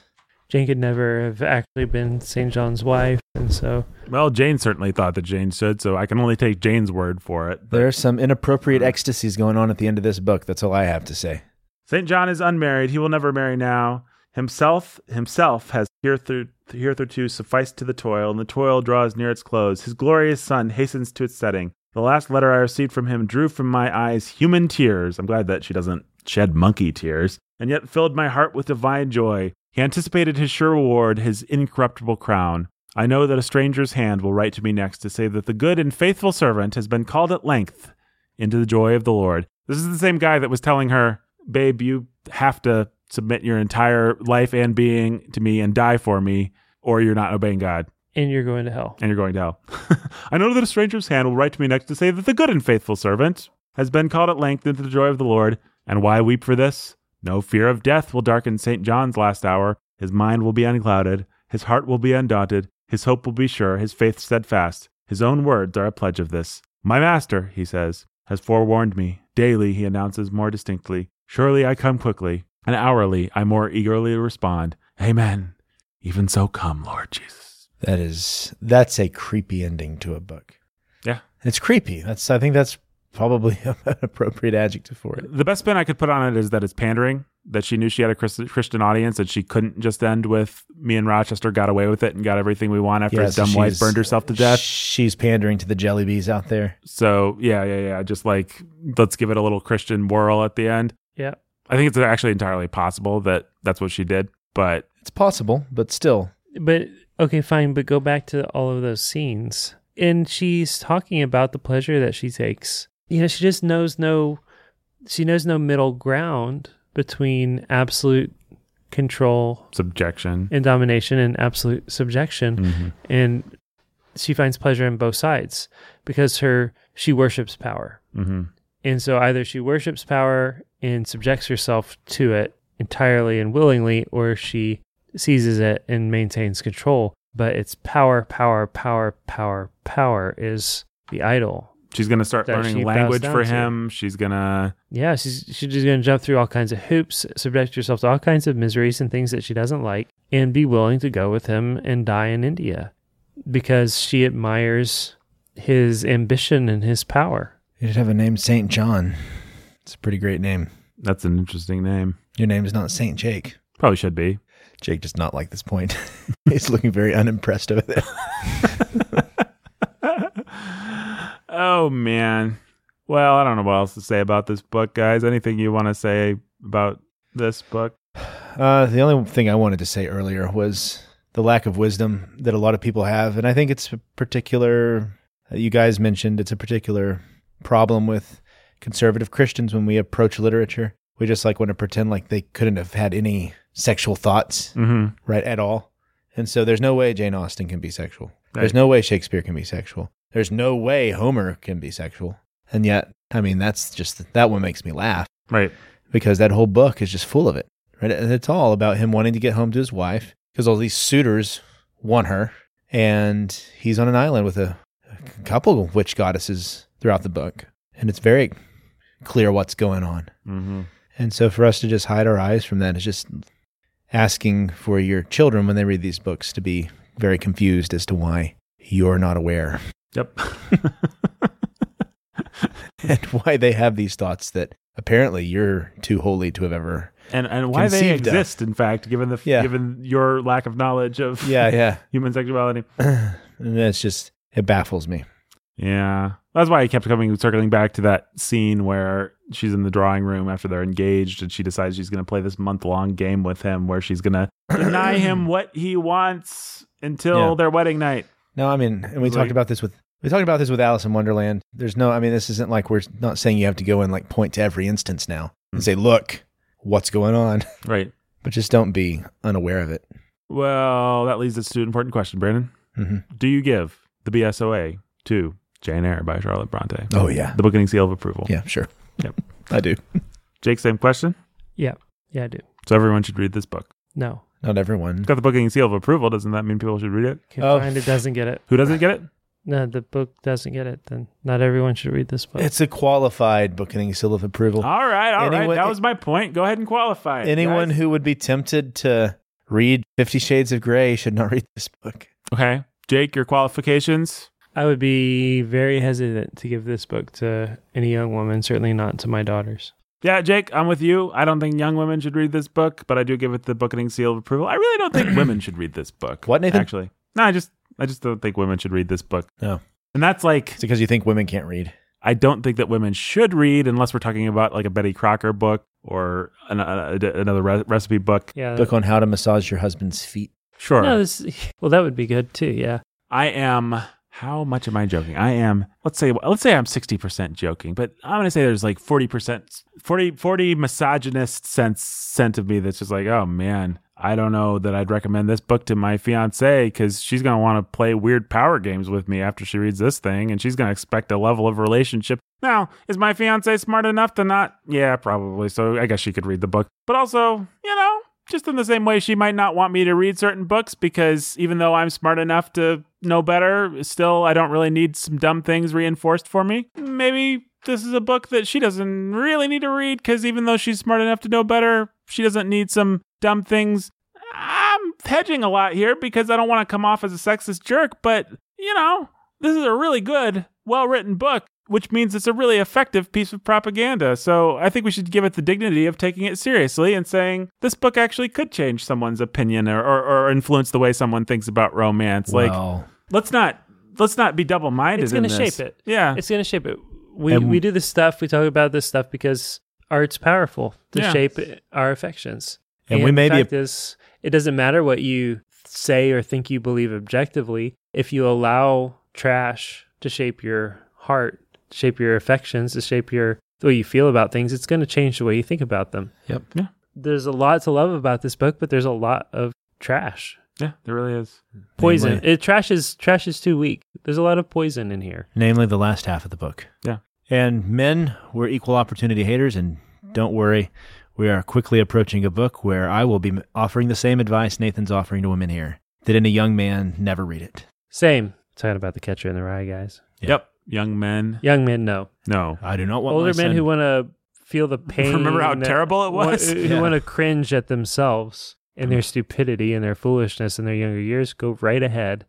Speaker 3: Jane could never have actually been St. John's wife and so
Speaker 1: Well, Jane certainly thought that Jane should, so I can only take Jane's word for it.
Speaker 2: There are some inappropriate ecstasies going on at the end of this book. That's all I have to say.
Speaker 1: Saint John is unmarried; he will never marry now. Himself, himself has herether, heretherto sufficed to the toil, and the toil draws near its close. His glorious sun hastens to its setting. The last letter I received from him drew from my eyes human tears. I'm glad that she doesn't shed monkey tears, and yet filled my heart with divine joy. He anticipated his sure reward, his incorruptible crown. I know that a stranger's hand will write to me next to say that the good and faithful servant has been called at length into the joy of the Lord. This is the same guy that was telling her, Babe, you have to submit your entire life and being to me and die for me, or you're not obeying God
Speaker 3: and you're going to hell.
Speaker 1: and you're going to hell. I know that a stranger's hand will write to me next to say that the good and faithful servant has been called at length into the joy of the Lord. And why weep for this? No fear of death will darken St. John's last hour. His mind will be unclouded. His heart will be undaunted. His hope will be sure. His faith steadfast. His own words are a pledge of this. My master, he says, has forewarned me. Daily he announces more distinctly. Surely I come quickly. And hourly I more eagerly respond. Amen. Even so come, Lord Jesus.
Speaker 2: That is that's a creepy ending to a book.
Speaker 1: Yeah.
Speaker 2: It's creepy. That's I think that's probably an appropriate adjective for it.
Speaker 1: The best spin I could put on it is that it's pandering. that she knew she had a Chris- Christian audience and she couldn't just end with me and Rochester got away with it and got everything we want after
Speaker 2: Yeah,
Speaker 1: his
Speaker 2: so
Speaker 1: dumb wife
Speaker 2: she's-
Speaker 1: burned herself to death.
Speaker 2: She's pandering to the jelly bees out there.
Speaker 1: So yeah, yeah, yeah. Just like let's give it a little Christian whirl at the end.
Speaker 3: Yeah.
Speaker 1: I think it's actually entirely possible that that's what she did, but
Speaker 2: It's possible, but still,
Speaker 3: But okay, fine. But go back to all of those scenes. And she's talking about the pleasure that she takes. You know, she just knows no, she knows no middle ground between absolute control
Speaker 1: subjection.
Speaker 3: and domination and absolute subjection.
Speaker 1: Mhm.
Speaker 3: And she finds pleasure in both sides because her, she worships power.
Speaker 1: Mhm.
Speaker 3: And so either she worships power and subjects herself to it entirely and willingly, or she seizes it and maintains control. But it's power, power, power, power, power is the idol.
Speaker 1: She's gonna start
Speaker 3: That she
Speaker 1: learning
Speaker 3: bows
Speaker 1: language
Speaker 3: down
Speaker 1: for
Speaker 3: to.
Speaker 1: him. She's gonna
Speaker 3: Yeah, she's she's just gonna jump through all kinds of hoops, subject herself to all kinds of miseries and things that she doesn't like, and be willing to go with him and die in India because she admires his ambition and his power.
Speaker 2: you should have a name Saint John. It's a pretty great name.
Speaker 1: that's an interesting name.
Speaker 2: Your name is not Saint Jake.
Speaker 1: Probably should be.
Speaker 2: Jake does not like this point. He's looking very unimpressed over there.
Speaker 1: oh man. Well, I don't know what else to say about this book, guys. Anything you want to say about this book?
Speaker 2: Uh, the only thing I wanted to say earlier was the lack of wisdom that a lot of people have, and I think it's a particular. uh, You guys mentioned it's a particular problem with conservative Christians when we approach literature. We just like want to pretend like they couldn't have had any sexual thoughts,
Speaker 1: Mm-hmm.
Speaker 2: right, at all. And so there's no way Jane Austen can be sexual. There's
Speaker 1: Right.
Speaker 2: no way Shakespeare can be sexual. There's no way Homer can be sexual. And yet, I mean, that's just that one makes me laugh
Speaker 1: Right.
Speaker 2: because that whole book is just full of it. Right? And It's all about him wanting to get home to his wife because all these suitors want her, and he's on an island with a, a couple of witch goddesses throughout the book, and it's very clear what's going on.
Speaker 1: Mm-hmm.
Speaker 2: And so, for us to just hide our eyes from that is just asking for your children when they read these books to be very confused as to why you're not aware
Speaker 1: Yep.
Speaker 2: and why they have these thoughts that apparently you're too holy to have ever.
Speaker 1: and and why they
Speaker 2: Conceived of.
Speaker 1: exist, in fact, given the
Speaker 2: Yeah.
Speaker 1: given your lack of knowledge of
Speaker 2: Yeah, yeah.
Speaker 1: human sexuality.
Speaker 2: and that's just it baffles me.
Speaker 1: Yeah. That's why I kept coming circling back to that scene where she's in the drawing room after they're engaged and she decides she's going to play this month-long game with him where she's going to deny him what he wants until
Speaker 2: Yeah.
Speaker 1: their wedding night.
Speaker 2: No, I mean, and we
Speaker 1: Like-
Speaker 2: talked about this with we talked about this with Alice in Wonderland. There's no, I mean, this isn't like we're not saying you have to go and like point to every instance now and say, look, what's going on,
Speaker 1: Right.
Speaker 2: but just don't be unaware of it.
Speaker 1: Well, that leads us to an important question, Brandon.
Speaker 2: Mhm.
Speaker 1: Do you give the BSOA to Jane Eyre by Charlotte Bronte?
Speaker 2: Oh yeah,
Speaker 1: The Bookending Seal of Approval.
Speaker 2: yeah, sure.
Speaker 1: Yep.
Speaker 2: I do.
Speaker 1: Jake, same question.
Speaker 3: Yeah, I do.
Speaker 1: So everyone should read this book.
Speaker 3: No.
Speaker 2: Not everyone.
Speaker 1: It's got the Bookending Seal of Approval. Doesn't that mean people should read it?
Speaker 3: Can
Speaker 2: Oh.
Speaker 3: find it doesn't get it.
Speaker 1: Who doesn't get it?
Speaker 3: No, the book doesn't get it. Then not everyone should read this book.
Speaker 2: It's a qualified bookending seal of approval.
Speaker 1: All right, all right.
Speaker 2: Anyone-
Speaker 1: That was my point. Go ahead and qualify. it,
Speaker 2: Anyone
Speaker 1: guys.
Speaker 2: who would be tempted to read Fifty Shades of Grey should not read this book.
Speaker 1: okay, Jake, your qualifications.
Speaker 3: I would be very hesitant to give this book to any young woman, certainly not to my daughters.
Speaker 1: Yeah, Jake, I'm with you. I don't think young women should read this book, but I do give it the Bookending seal of approval. I really don't think women should read this book.
Speaker 2: What, Nathan? Oh.
Speaker 1: Actually, no, I just, I just don't think women should read this book.
Speaker 2: No.
Speaker 1: and that's like,
Speaker 2: It's because you think women can't read.
Speaker 1: I don't think that women should read unless we're talking about like a Betty Crocker book or an, uh, another re- recipe book.
Speaker 3: Yeah.
Speaker 2: Book on how to massage your husband's feet.
Speaker 1: Sure,
Speaker 3: No, this, well, that would be good too. Yeah.
Speaker 1: I am. How much am I joking? I am. Let's say. Let's say I'm sixty percent joking, but I'm gonna say there's like forty percent, 40, 40 misogynist sense scent of me that's just like, oh man, I don't know that I'd recommend this book to my fiance because she's gonna want to play weird power games with me after she reads this thing, and she's gonna expect a level of relationship. Now, is my fiance smart enough to not? Yeah, probably. So I guess she could read the book, but also, you know, just in the same way she might not want me to read certain books because even though I'm smart enough to know better, still I don't really need some dumb things reinforced for me. Maybe this is a book that she doesn't really need to read because even though she's smart enough to know better, she doesn't need some dumb things. I'm hedging a lot here because I don't want to come off as a sexist jerk, but you know, this is a really good, well written book. which means it's a really effective piece of propaganda. So I think we should give it the dignity of taking it seriously and saying this book actually could change someone's opinion or, or, or influence the way someone thinks about romance. like,
Speaker 5: Wow.
Speaker 1: let's not let's not be double minded.
Speaker 3: It's gonna
Speaker 1: to
Speaker 3: shape it.
Speaker 1: Yeah,
Speaker 3: It's going to shape it. We
Speaker 5: And-
Speaker 3: we do this stuff. We talk about this stuff because art's powerful to
Speaker 1: Yeah.
Speaker 3: shape our affections.
Speaker 5: And we may
Speaker 3: the
Speaker 5: be a-
Speaker 3: fact is, it doesn't matter what you say or think you believe objectively. If you allow trash to shape your heart, to shape your affections, to shape your the way you feel about things, it's going to change the way you think about them.
Speaker 5: Yep.
Speaker 1: Yeah.
Speaker 3: There's a lot to love about this book, but there's a lot of trash,
Speaker 1: yeah, there really is.
Speaker 3: poison.
Speaker 5: Namely-
Speaker 3: It trash is trash is too weak. There's a lot of poison in here.
Speaker 2: namely the last half of the book.
Speaker 1: Yeah.
Speaker 2: And men, we're equal opportunity haters, and don't worry, we are quickly approaching a book where I will be m- offering the same advice Nathan's offering to women here that any young man never read it.
Speaker 3: Same. Talking about the catcher in the rye, guys.
Speaker 2: Yeah.
Speaker 1: Yep, young men.
Speaker 3: Young men, no.
Speaker 1: No,
Speaker 2: I do not want
Speaker 3: Older
Speaker 2: my
Speaker 3: men
Speaker 2: son-
Speaker 3: who want to feel the pain.
Speaker 1: Remember how
Speaker 3: that-
Speaker 1: terrible it
Speaker 3: wa- uh,
Speaker 1: was?
Speaker 3: Who
Speaker 2: Yeah.
Speaker 3: want to cringe at themselves and their stupidity and their foolishness in their younger years. Go right ahead.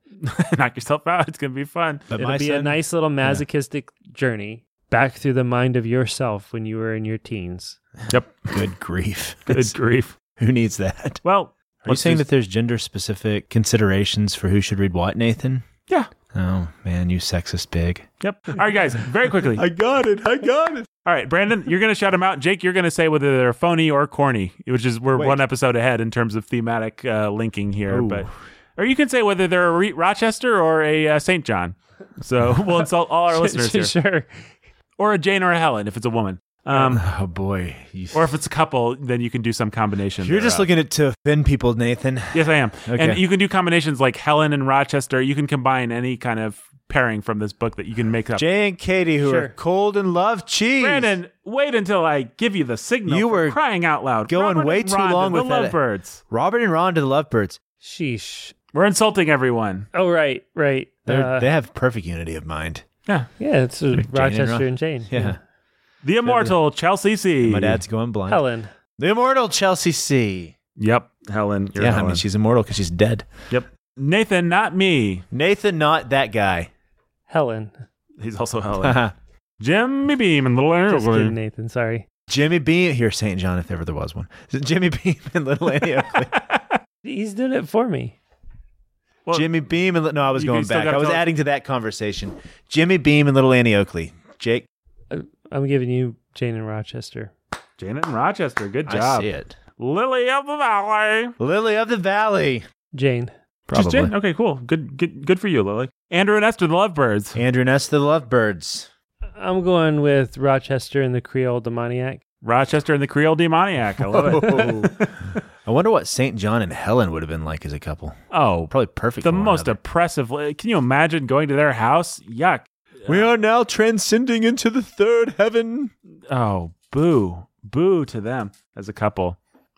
Speaker 1: knock yourself out. It's gonna be fun.
Speaker 2: But
Speaker 3: It'll
Speaker 2: my
Speaker 3: be a
Speaker 2: son-
Speaker 3: nice little masochistic journey back through the mind of yourself when you were in your teens.
Speaker 1: Yep,
Speaker 2: Good grief.
Speaker 1: good grief.
Speaker 2: who needs that?
Speaker 1: Well,
Speaker 2: Are you
Speaker 1: let's
Speaker 2: saying
Speaker 1: just-
Speaker 2: that there's gender specific considerations for who should read what, Nathan?
Speaker 1: Yeah.
Speaker 2: Oh, man, you sexist pig.
Speaker 1: Yep. All right, guys, very quickly.
Speaker 2: got it. I got it.
Speaker 1: All right, Brandon, you're going to shout them out. Jake, you're going to say whether they're phony or corny, which is we're
Speaker 2: Wait.
Speaker 1: one episode ahead in terms of thematic uh, linking here.
Speaker 2: Ooh.
Speaker 1: But or you can say whether they're a Re- Rochester or a uh, St. John. So we'll insult all our listeners here,
Speaker 3: sure.
Speaker 1: or a Jane or a Helen if it's a woman, um,
Speaker 2: oh, boy. You-
Speaker 1: or if it's a couple, then you can do some combination.
Speaker 2: You're just
Speaker 1: thereof.
Speaker 2: looking at to offend people, Nathan.
Speaker 1: Yes, I am. And
Speaker 2: Okay.
Speaker 1: you can do combinations like Helen and Rochester. You can combine any kind of pairing from this book that you can make up.
Speaker 2: Jay and Katie, who
Speaker 3: Sure.
Speaker 2: are cold and love cheese.
Speaker 1: Brandon, wait until I give you the signal.
Speaker 2: You
Speaker 1: for
Speaker 2: were
Speaker 1: crying out loud,
Speaker 2: going
Speaker 1: Robert
Speaker 2: way
Speaker 1: and
Speaker 2: too
Speaker 1: Rhonda,
Speaker 2: long
Speaker 1: the
Speaker 2: with that.
Speaker 1: Lovebirds.
Speaker 2: Robert and Ron to the Lovebirds.
Speaker 3: Sheesh.
Speaker 1: We're insulting everyone.
Speaker 3: Oh, right, right.
Speaker 2: They're,
Speaker 3: Uh,
Speaker 2: they have perfect unity of mind.
Speaker 1: Yeah.
Speaker 3: yeah, it's uh,
Speaker 2: and
Speaker 3: Rochester
Speaker 2: Ron.
Speaker 3: and Jane.
Speaker 1: The immortal Chelsea C.
Speaker 2: My dad's going blind.
Speaker 3: Helen.
Speaker 2: The immortal Chelsea C.
Speaker 1: Yep. Helen. You're
Speaker 2: yeah, I
Speaker 1: Helen.
Speaker 2: mean, she's immortal because she's dead.
Speaker 1: Yep. Nathan, not me.
Speaker 2: Nathan, not that guy.
Speaker 3: Helen.
Speaker 1: He's also Helen. Jimmy Beam and Little
Speaker 3: Just kidding,
Speaker 1: Annie.
Speaker 3: Nathan. Sorry.
Speaker 2: Jimmy Beam here, St. John, if ever there was one. Jimmy Beam and Little Annie Oakley.
Speaker 3: He's doing it for me.
Speaker 1: Well,
Speaker 2: Jimmy Beam and Li- no, I was
Speaker 1: you- you
Speaker 2: going
Speaker 1: still
Speaker 2: back.
Speaker 1: gotta
Speaker 2: I was
Speaker 1: tell-
Speaker 2: adding to that conversation. Jimmy Beam and Little Annie Oakley. Jake,
Speaker 3: I'm giving you Jane and Rochester.
Speaker 1: Janet and Rochester. Good
Speaker 2: I
Speaker 1: job.
Speaker 2: see it.
Speaker 1: Lily of the Valley.
Speaker 2: Lily of the Valley.
Speaker 3: Jane.
Speaker 1: Just Jane. Okay, cool. Good, good, good for you, Lily. Andrew and Esther, the Lovebirds.
Speaker 2: Andrew Ness, the Lovebirds.
Speaker 3: I'm going with Rochester and the Creole Demoniac.
Speaker 1: Rochester and the Creole Demoniac. I love it.
Speaker 2: Oh. I wonder what St. John and Helen would have been like as a couple.
Speaker 1: oh,
Speaker 2: Probably perfect.
Speaker 1: the
Speaker 2: for one
Speaker 1: most
Speaker 2: another.
Speaker 1: oppressive. Can you imagine going to their house? Yuck.
Speaker 2: We are now transcending into the third heaven.
Speaker 1: Oh, boo. Boo to them as a couple.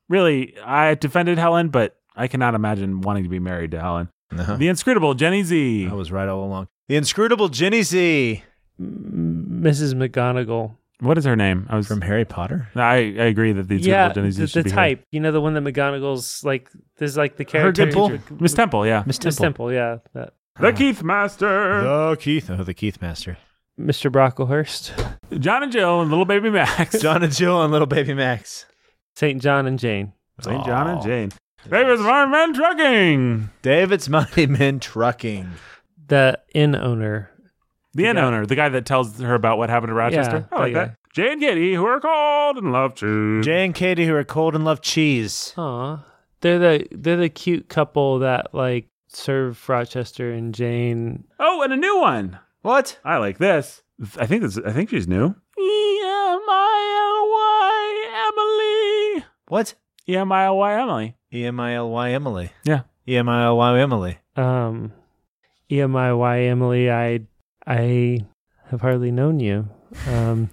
Speaker 1: Really, I defended Helen, but I cannot imagine wanting to be married to Helen. The inscrutable Jenny Z.
Speaker 2: Uh-huh. I was right all along. The inscrutable Jenny Z
Speaker 3: M- Mrs. McGonagall.
Speaker 1: What is her name? I was
Speaker 2: from Harry Potter.
Speaker 1: I, I agree that the inscrutable
Speaker 3: yeah,
Speaker 1: Jenny Z
Speaker 3: the,
Speaker 1: should
Speaker 3: the
Speaker 1: be
Speaker 3: type. You know the one that McGonagall's like. There's like the
Speaker 1: Her. Her
Speaker 3: character.
Speaker 1: good Miss Temple, yeah.
Speaker 2: Miss
Speaker 3: Miss
Speaker 2: Temple.
Speaker 3: Temple. Yeah, that.
Speaker 1: The Keith Master.
Speaker 2: The Keith. Oh, the Keith Master.
Speaker 3: Mr. Brocklehurst,
Speaker 1: John and Jill and little baby Max.
Speaker 2: John and Jill and Little Baby Max.
Speaker 3: Saint John and Jane.
Speaker 1: St. John and
Speaker 2: Aw.
Speaker 1: Jane. Davis Iron Man Trucking.
Speaker 2: David's Mighty Men Trucking.
Speaker 3: The inn owner.
Speaker 1: The inn
Speaker 3: guy-
Speaker 1: owner, the guy that tells her about what happened to Rochester.
Speaker 3: Yeah,
Speaker 1: I like
Speaker 3: that
Speaker 1: that. Jane and Kitty, who are cold and love to.
Speaker 2: Jay and Katie, who are cold and love cheese.
Speaker 3: Aw, they're the they're the cute couple that like serve Rochester and Jane.
Speaker 1: Oh, and a new one.
Speaker 2: What?
Speaker 1: I like this. I think this. I think she's new. E M I L Y Emily.
Speaker 2: What?
Speaker 1: E M I L Y Emily.
Speaker 2: E M I L Y Emily.
Speaker 1: Yeah.
Speaker 2: E M I L Y Emily.
Speaker 3: Um, EMIY Emily, I I have hardly known you. Um,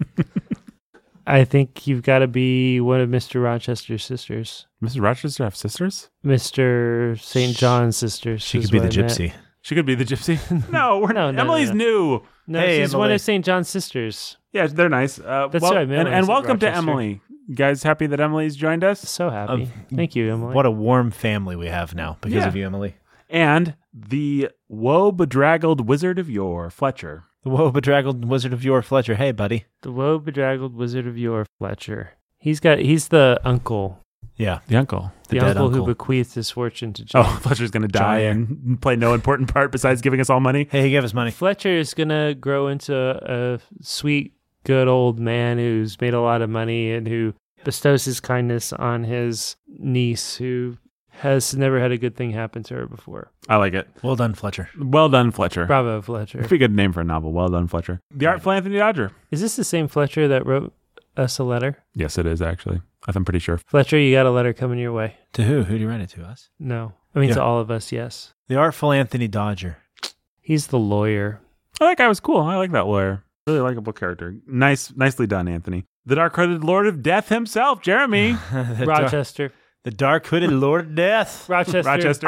Speaker 3: I think you've got to be one of Mr. Rochester's sisters,
Speaker 1: Mrs. Rochester have sisters?
Speaker 3: Mr. St. John's sisters.
Speaker 2: She
Speaker 3: is
Speaker 2: could be the
Speaker 3: what I meant.
Speaker 2: gypsy.
Speaker 1: She could be the gypsy. no, we're
Speaker 3: No,
Speaker 1: not.
Speaker 3: no,
Speaker 1: Emily's
Speaker 3: no, no.
Speaker 1: new.
Speaker 3: No,
Speaker 2: Hey,
Speaker 3: she's one
Speaker 2: Emily.
Speaker 3: of St. John's sisters.
Speaker 1: Yeah, they're nice. Uh,
Speaker 3: That's
Speaker 1: wel-
Speaker 3: who I meant
Speaker 1: And,
Speaker 3: when I
Speaker 1: and
Speaker 3: said
Speaker 1: welcome to
Speaker 3: Rochester.
Speaker 1: Emily. You guys, happy that Emily's joined us.
Speaker 3: So happy.
Speaker 2: Um,
Speaker 3: Thank you, Emily.
Speaker 2: What a warm family we have now because
Speaker 1: Yeah.
Speaker 2: of you, Emily.
Speaker 1: And the woe bedraggled wizard of yore, Fletcher.
Speaker 2: The woe bedraggled wizard of yore, Fletcher. Hey, buddy.
Speaker 3: The woe bedraggled wizard of yore, Fletcher. He's got he's the uncle.
Speaker 2: Yeah.
Speaker 1: The uncle.
Speaker 3: The,
Speaker 2: dead
Speaker 3: uncle,
Speaker 2: uncle.
Speaker 3: who bequeathed his fortune to John.
Speaker 1: Oh, Fletcher's going to die and play no important part besides giving us all money.
Speaker 2: Hey, he gave us money.
Speaker 3: Fletcher is gonna grow into a sweet, good old man who's made a lot of money and who bestows his kindness on his niece who has never had a good thing happen to her before.
Speaker 1: I like it.
Speaker 2: Well done, Fletcher.
Speaker 1: Well done, Fletcher.
Speaker 3: Bravo, Fletcher.
Speaker 1: That'd be a good name for a novel. Well done, Fletcher. The Artful Anthony Dodger.
Speaker 3: Is this the same Fletcher that wrote us a letter?
Speaker 1: Yes, it is actually. I think I'm pretty sure.
Speaker 3: Fletcher, you got a letter coming your way.
Speaker 2: To who? Who do you write it to us?
Speaker 3: No. I mean
Speaker 2: Yeah.
Speaker 3: to all of us, yes.
Speaker 2: The artful Anthony Dodger.
Speaker 3: He's the lawyer.
Speaker 1: Oh, that guy was cool. I like that lawyer. Really likable character. Nice, nicely done, Anthony. The dark hooded Lord of Death himself, Jeremy.
Speaker 2: the, dark,
Speaker 3: Rochester.
Speaker 2: the dark hooded Lord of Death.
Speaker 3: Rochester.
Speaker 1: Rochester.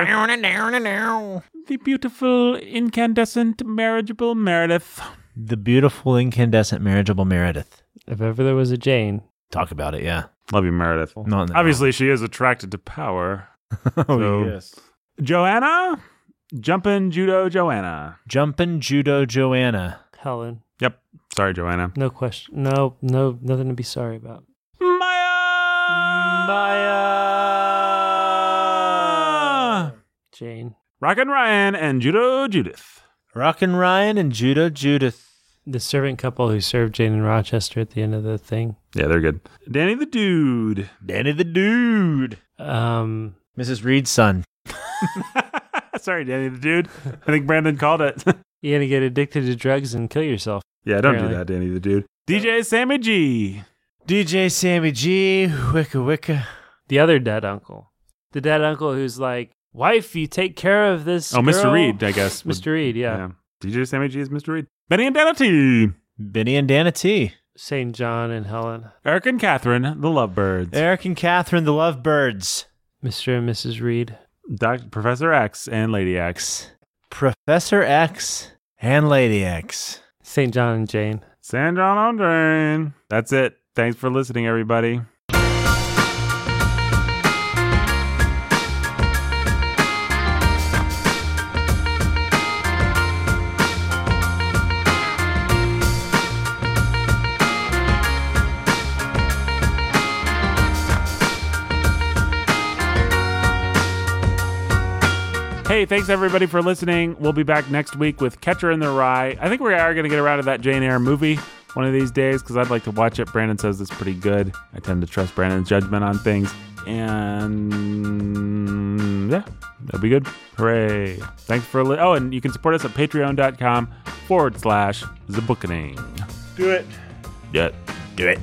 Speaker 1: the beautiful, incandescent, marriageable Meredith.
Speaker 2: The beautiful, incandescent, marriageable Meredith.
Speaker 3: If ever there was a Jane.
Speaker 2: Talk about it, yeah.
Speaker 1: Love you, Meredith.
Speaker 2: Not in the-
Speaker 1: Obviously, she is attracted to power.
Speaker 2: Oh,
Speaker 1: So-
Speaker 2: yes.
Speaker 1: Joanna? Jumpin' Judo Joanna.
Speaker 2: Jumpin' Judo Joanna.
Speaker 3: Helen.
Speaker 1: Yep. Sorry, Joanna.
Speaker 3: No question. No, no, nothing to be sorry about.
Speaker 1: Maya!
Speaker 2: Maya!
Speaker 3: Jane.
Speaker 1: Rockin' Ryan and Judo Judith.
Speaker 2: Rockin' Ryan and Judo Judith.
Speaker 3: The servant couple who served Jane in Rochester at the end of the thing.
Speaker 1: Yeah, they're good. Danny the Dude.
Speaker 2: Danny the Dude.
Speaker 3: Um,
Speaker 2: Mrs. Reed's son.
Speaker 1: Sorry, Danny the Dude. I think Brandon called it.
Speaker 3: you're going to get addicted to drugs and kill yourself.
Speaker 1: yeah, don't
Speaker 3: Apparently.
Speaker 1: do that, Danny the Dude. DJ Sammy G.
Speaker 2: DJ Sammy G. Wicka Wicka.
Speaker 3: The other dead uncle. The dead uncle who's like, wife, you take care of this.
Speaker 1: Oh, Mr.
Speaker 3: girl."
Speaker 1: Reed, I guess. would-
Speaker 3: Mr. Reed, yeah.
Speaker 1: DJ Sammy G is Mr. Reed. Benny and Danity.
Speaker 2: Benny and Dana T.
Speaker 3: St. John and Helen.
Speaker 1: Eric and Catherine, the Lovebirds.
Speaker 2: Eric and Catherine, the Lovebirds.
Speaker 3: Mr. and Mrs. Reed.
Speaker 1: Doc- Professor X and Lady X.
Speaker 2: X. Professor X and Lady X.
Speaker 3: St. John and Jane.
Speaker 1: San John on Drain. That's it. Thanks for listening, everybody. Hey, thanks everybody for listening. We'll be back next week with Catcher in the Rye. I think we are going to get around to that Jane Eyre movie one of these days because I'd like to watch it. Brandon says it's pretty good. I tend to trust Brandon's judgment on things. And yeah, that'll be good. Hooray. Thanks for li- Oh, and you can support us at patreon.com forward slash the bookening.
Speaker 2: Do it.
Speaker 1: Yeah.
Speaker 2: Do it.